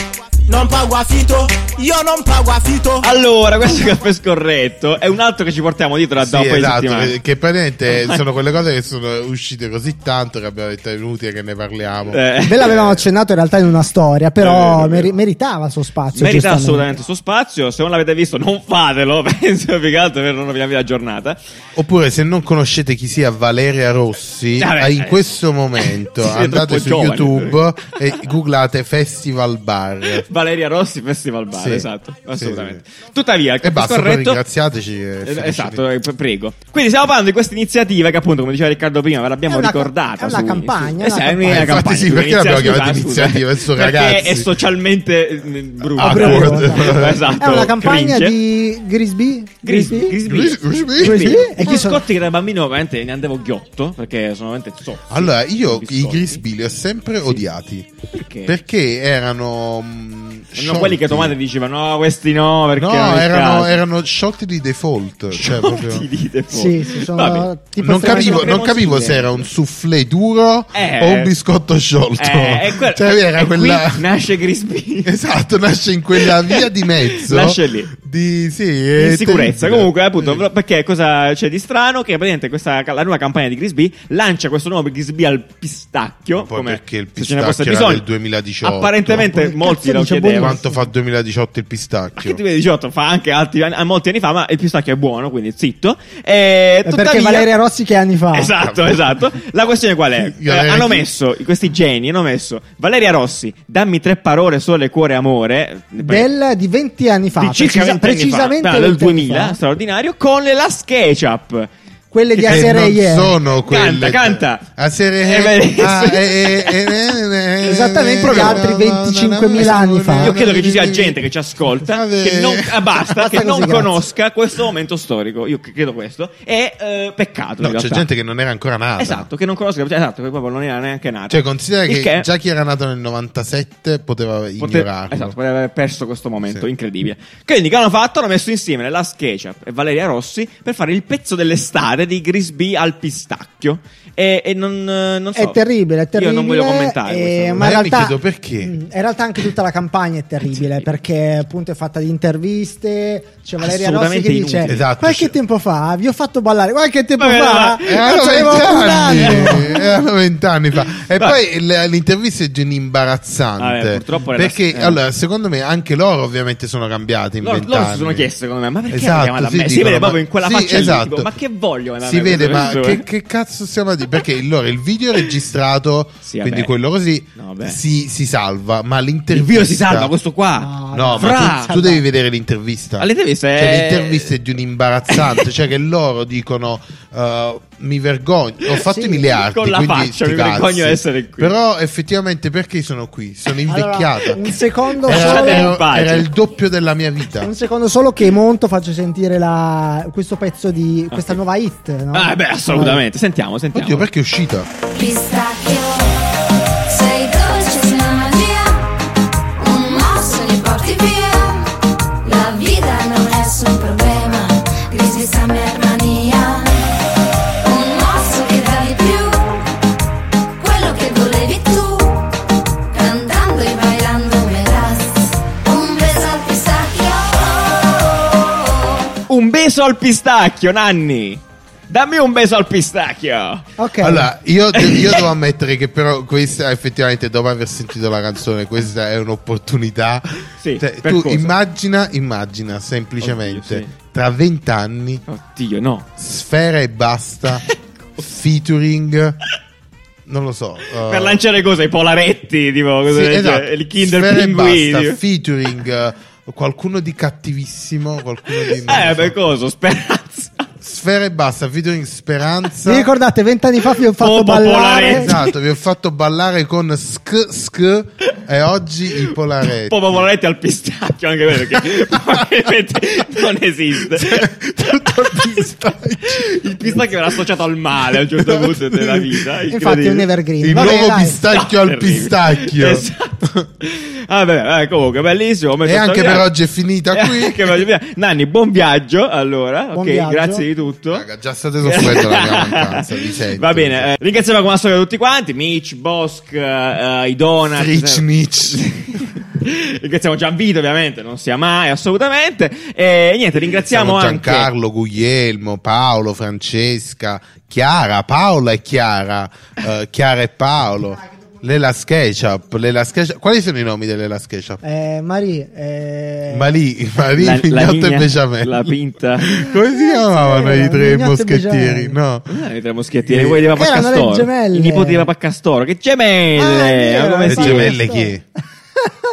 Speaker 10: non pago affitto, io non pago affitto.
Speaker 1: Allora, questo caffè scorretto è un altro che ci portiamo dietro da
Speaker 2: Sì,
Speaker 1: da un paio
Speaker 2: esatto,
Speaker 1: di
Speaker 2: che,
Speaker 1: settimane.
Speaker 2: che praticamente sono quelle cose che sono uscite così tanto che abbiamo detto è inutile che ne parliamo.
Speaker 1: Eh.
Speaker 3: Ve l'avevamo accennato in realtà in una storia,
Speaker 1: È
Speaker 3: però
Speaker 1: vero, è vero.
Speaker 3: meri- meritava il suo spazio.
Speaker 1: Merita
Speaker 3: giustamente.
Speaker 1: assolutamente il suo spazio. Se non l'avete visto, non fatelo. Penso più che altro per non rovinarvi la giornata.
Speaker 2: Oppure se non conoscete chi sia Valeria Rossi,
Speaker 1: Vabbè,
Speaker 2: eh, in
Speaker 1: eh.
Speaker 2: questo momento
Speaker 1: Sì, è
Speaker 2: andate
Speaker 1: troppo
Speaker 2: su
Speaker 1: giovane.
Speaker 2: YouTube e googlate Festival Bar.
Speaker 1: Valeria Rossi, Festival Bar.
Speaker 2: Sì.
Speaker 1: Esatto,
Speaker 2: Sì,
Speaker 1: assolutamente. Tuttavia, il
Speaker 2: E
Speaker 1: caffè
Speaker 2: basta, poi
Speaker 1: scorretto.
Speaker 2: ringraziateci. e
Speaker 1: Eh,
Speaker 2: finisce
Speaker 1: Esatto, eh, pre- prego. Quindi stiamo parlando di questa iniziativa che appunto, come diceva Riccardo prima, ve l'abbiamo
Speaker 3: È una-
Speaker 1: ricordata.
Speaker 3: è una
Speaker 1: su-
Speaker 3: campagna,
Speaker 1: Eh, sì, è una
Speaker 3: una campagna.
Speaker 1: campagna.
Speaker 2: Infatti sì,
Speaker 1: Scusa,
Speaker 2: perché l'abbiamo
Speaker 1: scusa,
Speaker 2: chiamata
Speaker 1: scusa.
Speaker 2: iniziativa? Adesso,
Speaker 1: Perché
Speaker 2: ragazzi.
Speaker 1: è socialmente eh, brutto.
Speaker 2: Ah, brutto.
Speaker 1: esatto.
Speaker 3: È una campagna
Speaker 1: cringe.
Speaker 3: di Grisby?
Speaker 1: Grisby.
Speaker 2: Grisby. Grisby.
Speaker 3: Grisby? E
Speaker 1: E
Speaker 3: chi sono?
Speaker 1: Scotti che da bambino veramente ne andavo ghiotto perché sono veramente zoppi.
Speaker 2: Allora, io
Speaker 1: biscotti.
Speaker 2: i Grisby li ho sempre odiati.
Speaker 1: Perché?
Speaker 2: Perché erano. mm,
Speaker 1: Erano
Speaker 2: sciolti.
Speaker 1: quelli che tua madre diceva no, questi no, perché
Speaker 2: No,
Speaker 1: non è il
Speaker 2: erano,
Speaker 1: caso."
Speaker 2: erano sciolti di default. Cioè,
Speaker 1: Sciolti
Speaker 2: proprio-
Speaker 1: di default.
Speaker 3: Sì, sì, sono
Speaker 1: Vabbè.
Speaker 3: tipo
Speaker 2: non
Speaker 3: estremamente-
Speaker 2: capivo, non
Speaker 1: premostite.
Speaker 2: capivo se era un soufflé duro
Speaker 1: Eh.
Speaker 2: o un biscotto sciolto.
Speaker 1: Eh, è quel-
Speaker 2: cioè, era
Speaker 1: e qui
Speaker 2: quella.
Speaker 1: nasce Grisby.
Speaker 2: Esatto, nasce in quella via di mezzo.
Speaker 1: Nasce lì.
Speaker 2: Di sì,
Speaker 1: in
Speaker 2: è
Speaker 1: sicurezza.
Speaker 2: terribile.
Speaker 1: Comunque, eh, appunto, perché cosa c'è di strano? Che praticamente questa, la nuova campagna di Grisby lancia questo nuovo Grisby al pistacchio.
Speaker 2: Ma poi
Speaker 1: come
Speaker 2: perché il
Speaker 1: se ce ne fosse
Speaker 2: pistacchio era
Speaker 1: bisogno.
Speaker 2: del 2018?
Speaker 1: Apparentemente
Speaker 3: Ma che
Speaker 1: molti
Speaker 3: cazzo
Speaker 1: lo
Speaker 3: dice
Speaker 1: chiedevano.
Speaker 2: boh, Eh, Quanto fa 2018 il
Speaker 1: Ma
Speaker 2: pistacchio?
Speaker 1: che 2018 fa anche altri anni- a molti anni fa, ma il pistacchio è buono, quindi zitto. E
Speaker 3: Eh, Perché Valeria Rossi che anni fa?
Speaker 1: Esatto, esatto. La questione qual è?
Speaker 2: Io
Speaker 1: Eh,
Speaker 2: avrei-
Speaker 1: hanno messo questi geni, hanno messo Valeria Rossi, dammi tre parole sole cuore amore
Speaker 3: Del- di 20 anni fa.
Speaker 1: di circa
Speaker 3: precisa-
Speaker 1: 20 anni fa,
Speaker 3: precisamente
Speaker 1: tra- del
Speaker 3: 20 anni
Speaker 1: 2000,
Speaker 3: fa.
Speaker 1: straordinario, con la SketchUp.
Speaker 3: Quelle di
Speaker 1: Che
Speaker 2: Che
Speaker 3: Asere
Speaker 2: non
Speaker 3: ieri.
Speaker 2: sono quelle
Speaker 1: canta.
Speaker 2: A sere
Speaker 1: Eh, beh,
Speaker 2: ah,
Speaker 1: sì.
Speaker 2: eh, eh, eh, eh,
Speaker 3: Esattamente
Speaker 2: eh,
Speaker 3: gli altri 25.000 anni fa.
Speaker 1: Io credo che ci sia gente che ci ascolta,
Speaker 2: eh,
Speaker 1: che non, ah, basta,
Speaker 3: Ah, Basta
Speaker 1: che non
Speaker 3: così, grazie.
Speaker 1: conosca questo momento storico. Io c- credo questo. E eh, peccato.
Speaker 2: No,
Speaker 1: in
Speaker 2: c'è
Speaker 1: realtà.
Speaker 2: gente che non era ancora nata.
Speaker 1: Esatto, che non conosca, cioè, esatto, che proprio non era neanche nato.
Speaker 2: Cioè, considera
Speaker 1: Il
Speaker 2: che, già chi era nato nel 97 poteva
Speaker 1: Pote-
Speaker 2: ignorarlo.
Speaker 1: esatto, poteva aver perso questo momento
Speaker 2: Sì.
Speaker 1: incredibile. Quindi, che hanno fatto? Hanno messo insieme la SketchUp e Valeria Rossi per fare il pezzo dell'estate di Grisby al pistacchio. E, e non, eh, non so.
Speaker 3: È terribile, è terribile.
Speaker 1: Io non voglio commentare.
Speaker 3: eh,
Speaker 1: questa cosa.
Speaker 2: Ma
Speaker 3: ma in
Speaker 2: io mi
Speaker 3: realtà,
Speaker 2: chiedo perché.
Speaker 3: Mm, In realtà anche tutta la campagna è terribile
Speaker 1: Sì.
Speaker 3: perché appunto è fatta di interviste. C'è Valeria Rossi
Speaker 1: Assolutamente
Speaker 3: che dice:
Speaker 1: inutile.
Speaker 2: Esatto,
Speaker 3: Qualche
Speaker 2: sì. eh,
Speaker 3: tempo fa vi ho fatto ballare, qualche tempo
Speaker 1: Vabbè,
Speaker 3: fa
Speaker 1: va.
Speaker 2: Erano
Speaker 3: cazzo, avevo
Speaker 2: vent'anni,
Speaker 3: vent'anni."
Speaker 2: erano vent'anni fa. E
Speaker 1: Va.
Speaker 2: poi l- l'intervista è gen- imbarazzante.
Speaker 1: Vabbè, purtroppo è la-
Speaker 2: perché,
Speaker 1: eh.
Speaker 2: allora, secondo me anche loro ovviamente sono cambiati in
Speaker 1: Loro,
Speaker 2: vent'anni.
Speaker 1: loro si sono chiesti, secondo me, ma perché
Speaker 2: Esatto,
Speaker 1: la chiamata a
Speaker 2: sì,
Speaker 1: me? si
Speaker 2: dicono,
Speaker 1: vede
Speaker 2: ma-
Speaker 1: proprio in quella
Speaker 2: sì,
Speaker 1: faccia lì,
Speaker 2: esatto.
Speaker 1: tipo, ma che voglio? andare
Speaker 2: Si
Speaker 1: a
Speaker 2: vede, ma
Speaker 1: questo eh?"
Speaker 2: che,
Speaker 1: giorno?
Speaker 2: che cazzo stiamo a dire? Perché allora il video è registrato,
Speaker 1: Sì, vabbè.
Speaker 2: quindi quello così
Speaker 1: No, vabbè.
Speaker 2: si, si salva, ma
Speaker 1: Il
Speaker 2: l'intervista...
Speaker 1: video si salva, questo qua.
Speaker 3: No,
Speaker 2: No,
Speaker 1: Fra-
Speaker 2: ma tu, tu devi vedere l'intervista.
Speaker 1: All'intervista eh, è-
Speaker 2: Cioè, l'intervista è di un imbarazzante. cioè, che loro dicono: eh, Mi vergogno, ho fatto
Speaker 3: Sì,
Speaker 2: i miliardi.
Speaker 1: con la
Speaker 2: quindi
Speaker 1: faccia,
Speaker 2: sti
Speaker 1: mi vergogno
Speaker 2: cazzi.
Speaker 1: di essere qui.
Speaker 2: Però, effettivamente, perché sono qui? Sono
Speaker 3: Allora,
Speaker 2: invecchiata. Eh,
Speaker 3: un secondo
Speaker 2: era,
Speaker 3: solo.
Speaker 1: Lasciatemi in
Speaker 2: ero-
Speaker 1: pace.
Speaker 2: era il doppio della mia vita.
Speaker 3: Un secondo solo che monto, faccio sentire la- questo pezzo di questa nuova hit. no?
Speaker 1: Ah, beh, assolutamente. Sentiamo, sentiamo.
Speaker 2: Oddio, perché è uscita?
Speaker 8: Pistacchio, sei dolce, sei una magia, un morso li porti via. La vita non è nessun problema, grisi summer mania. Un morso che dà di più, quello che volevi tu. Cantando e bailando me das un beso al pistacchio.
Speaker 1: Un beso al pistacchio, Nanni. Dammi un beso al pistacchio.
Speaker 3: Ok.
Speaker 2: Allora, io, de- io devo ammettere che però questa effettivamente dopo aver sentito la canzone, questa è un'opportunità.
Speaker 1: Sì,
Speaker 2: Cioè,
Speaker 1: per
Speaker 2: tu
Speaker 1: cosa?
Speaker 2: immagina, immagina semplicemente
Speaker 1: Oddio, sì.
Speaker 2: tra vent'anni
Speaker 1: Oddio, no.
Speaker 2: Sfera e basta. featuring. Non lo so. eh,
Speaker 1: per lanciare cose, i polaretti, tipo,
Speaker 2: sì,
Speaker 1: cose del
Speaker 2: esatto.
Speaker 1: genere, il Kinder
Speaker 2: Sfera e
Speaker 1: Pinguini.
Speaker 2: basta, featuring. eh, qualcuno di cattivissimo. Qualcuno di. non
Speaker 1: Eh,
Speaker 2: lo so.
Speaker 1: per cosa? Speranza.
Speaker 2: Sfera e basta, featuring Speranza.
Speaker 3: Vi ricordate, vent'anni fa vi ho fatto
Speaker 1: Oh,
Speaker 3: ballare.
Speaker 1: Popolarenza.
Speaker 2: Esatto, vi ho fatto ballare con Sk Sk e oggi il Polaretti.
Speaker 1: Po' popolaretti al pistacchio, anche quello perché probabilmente non esiste.
Speaker 2: tutto il pistacchio.
Speaker 1: Il pistacchio era associato al male a un certo punto della vita.
Speaker 3: Infatti è un
Speaker 1: incredibile.
Speaker 3: evergreen.
Speaker 2: Il
Speaker 3: Vabbè,
Speaker 2: nuovo
Speaker 3: dai.
Speaker 2: pistacchio al
Speaker 1: Terribile.
Speaker 2: pistacchio.
Speaker 1: Esatto. Vabbè, eh, comunque, bellissimo. come
Speaker 2: E anche
Speaker 1: sottolineato.
Speaker 2: per oggi è finita
Speaker 1: E
Speaker 2: qui.
Speaker 1: Eh. anche per oggi è finita. Nanni, buon viaggio. Allora,
Speaker 3: Buon
Speaker 1: ok,
Speaker 3: viaggio.
Speaker 1: grazie di tutto.
Speaker 2: Raga, già state soffrendo la mia mancanza, vi sento.
Speaker 1: Va bene, eh, ringraziamo come al solito tutti quanti, Mitch, Bosch, eh, i Donut.
Speaker 2: Rich
Speaker 1: eh,
Speaker 2: Mitch.
Speaker 1: ringraziamo Gianvito ovviamente, non sia mai assolutamente. E niente, ringraziamo anche
Speaker 2: Giancarlo, Guglielmo, Paolo, Francesca, Chiara, Paola e Chiara, eh, Chiara e Paolo, Lela Sketchup, Lela Sketchup. Quali sono i nomi dell'Ela Sketchup?
Speaker 3: Eh, Marie, eh...
Speaker 2: Malì, Malì,
Speaker 1: la- la
Speaker 2: Mignotto e
Speaker 1: linea,
Speaker 2: Besciamella.
Speaker 1: la pinta. Eh,
Speaker 2: Come si chiamavano
Speaker 3: era,
Speaker 2: i tre
Speaker 3: Mignotto e
Speaker 2: moschettieri?
Speaker 3: Besciamella.
Speaker 2: No.
Speaker 1: Ah, i tre moschiettini, quelli di Papa
Speaker 3: Eh, Erano le
Speaker 1: Castoro.
Speaker 3: gemelle.
Speaker 1: I nipoti di Papa Castoro, che
Speaker 3: Ah, è
Speaker 1: gemelle!
Speaker 3: vero,
Speaker 1: ma come
Speaker 2: Le
Speaker 1: si-
Speaker 3: sì.
Speaker 2: gemelle chi? è?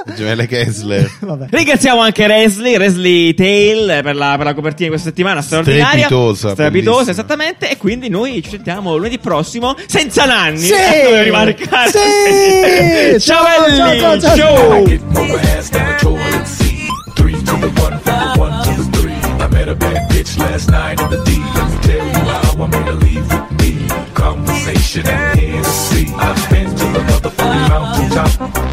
Speaker 2: Le gemelle Kessler.
Speaker 3: Vabbè.
Speaker 1: Ringraziamo anche Resli, Resli Tail eh, per la, per la copertina di questa settimana straordinaria.
Speaker 2: Strepitosa,
Speaker 1: Strepitosa,
Speaker 2: bellissima.
Speaker 1: esattamente. E quindi noi ci sentiamo lunedì prossimo senza nanni.
Speaker 3: Sì!
Speaker 1: Devo rimarcare.
Speaker 3: Sì!
Speaker 1: Ciao, belli!
Speaker 3: ciao, ciao, ciao.
Speaker 1: Ciao!
Speaker 11: Conversation and Hennessy. I've been to the motherfucking mountaintop.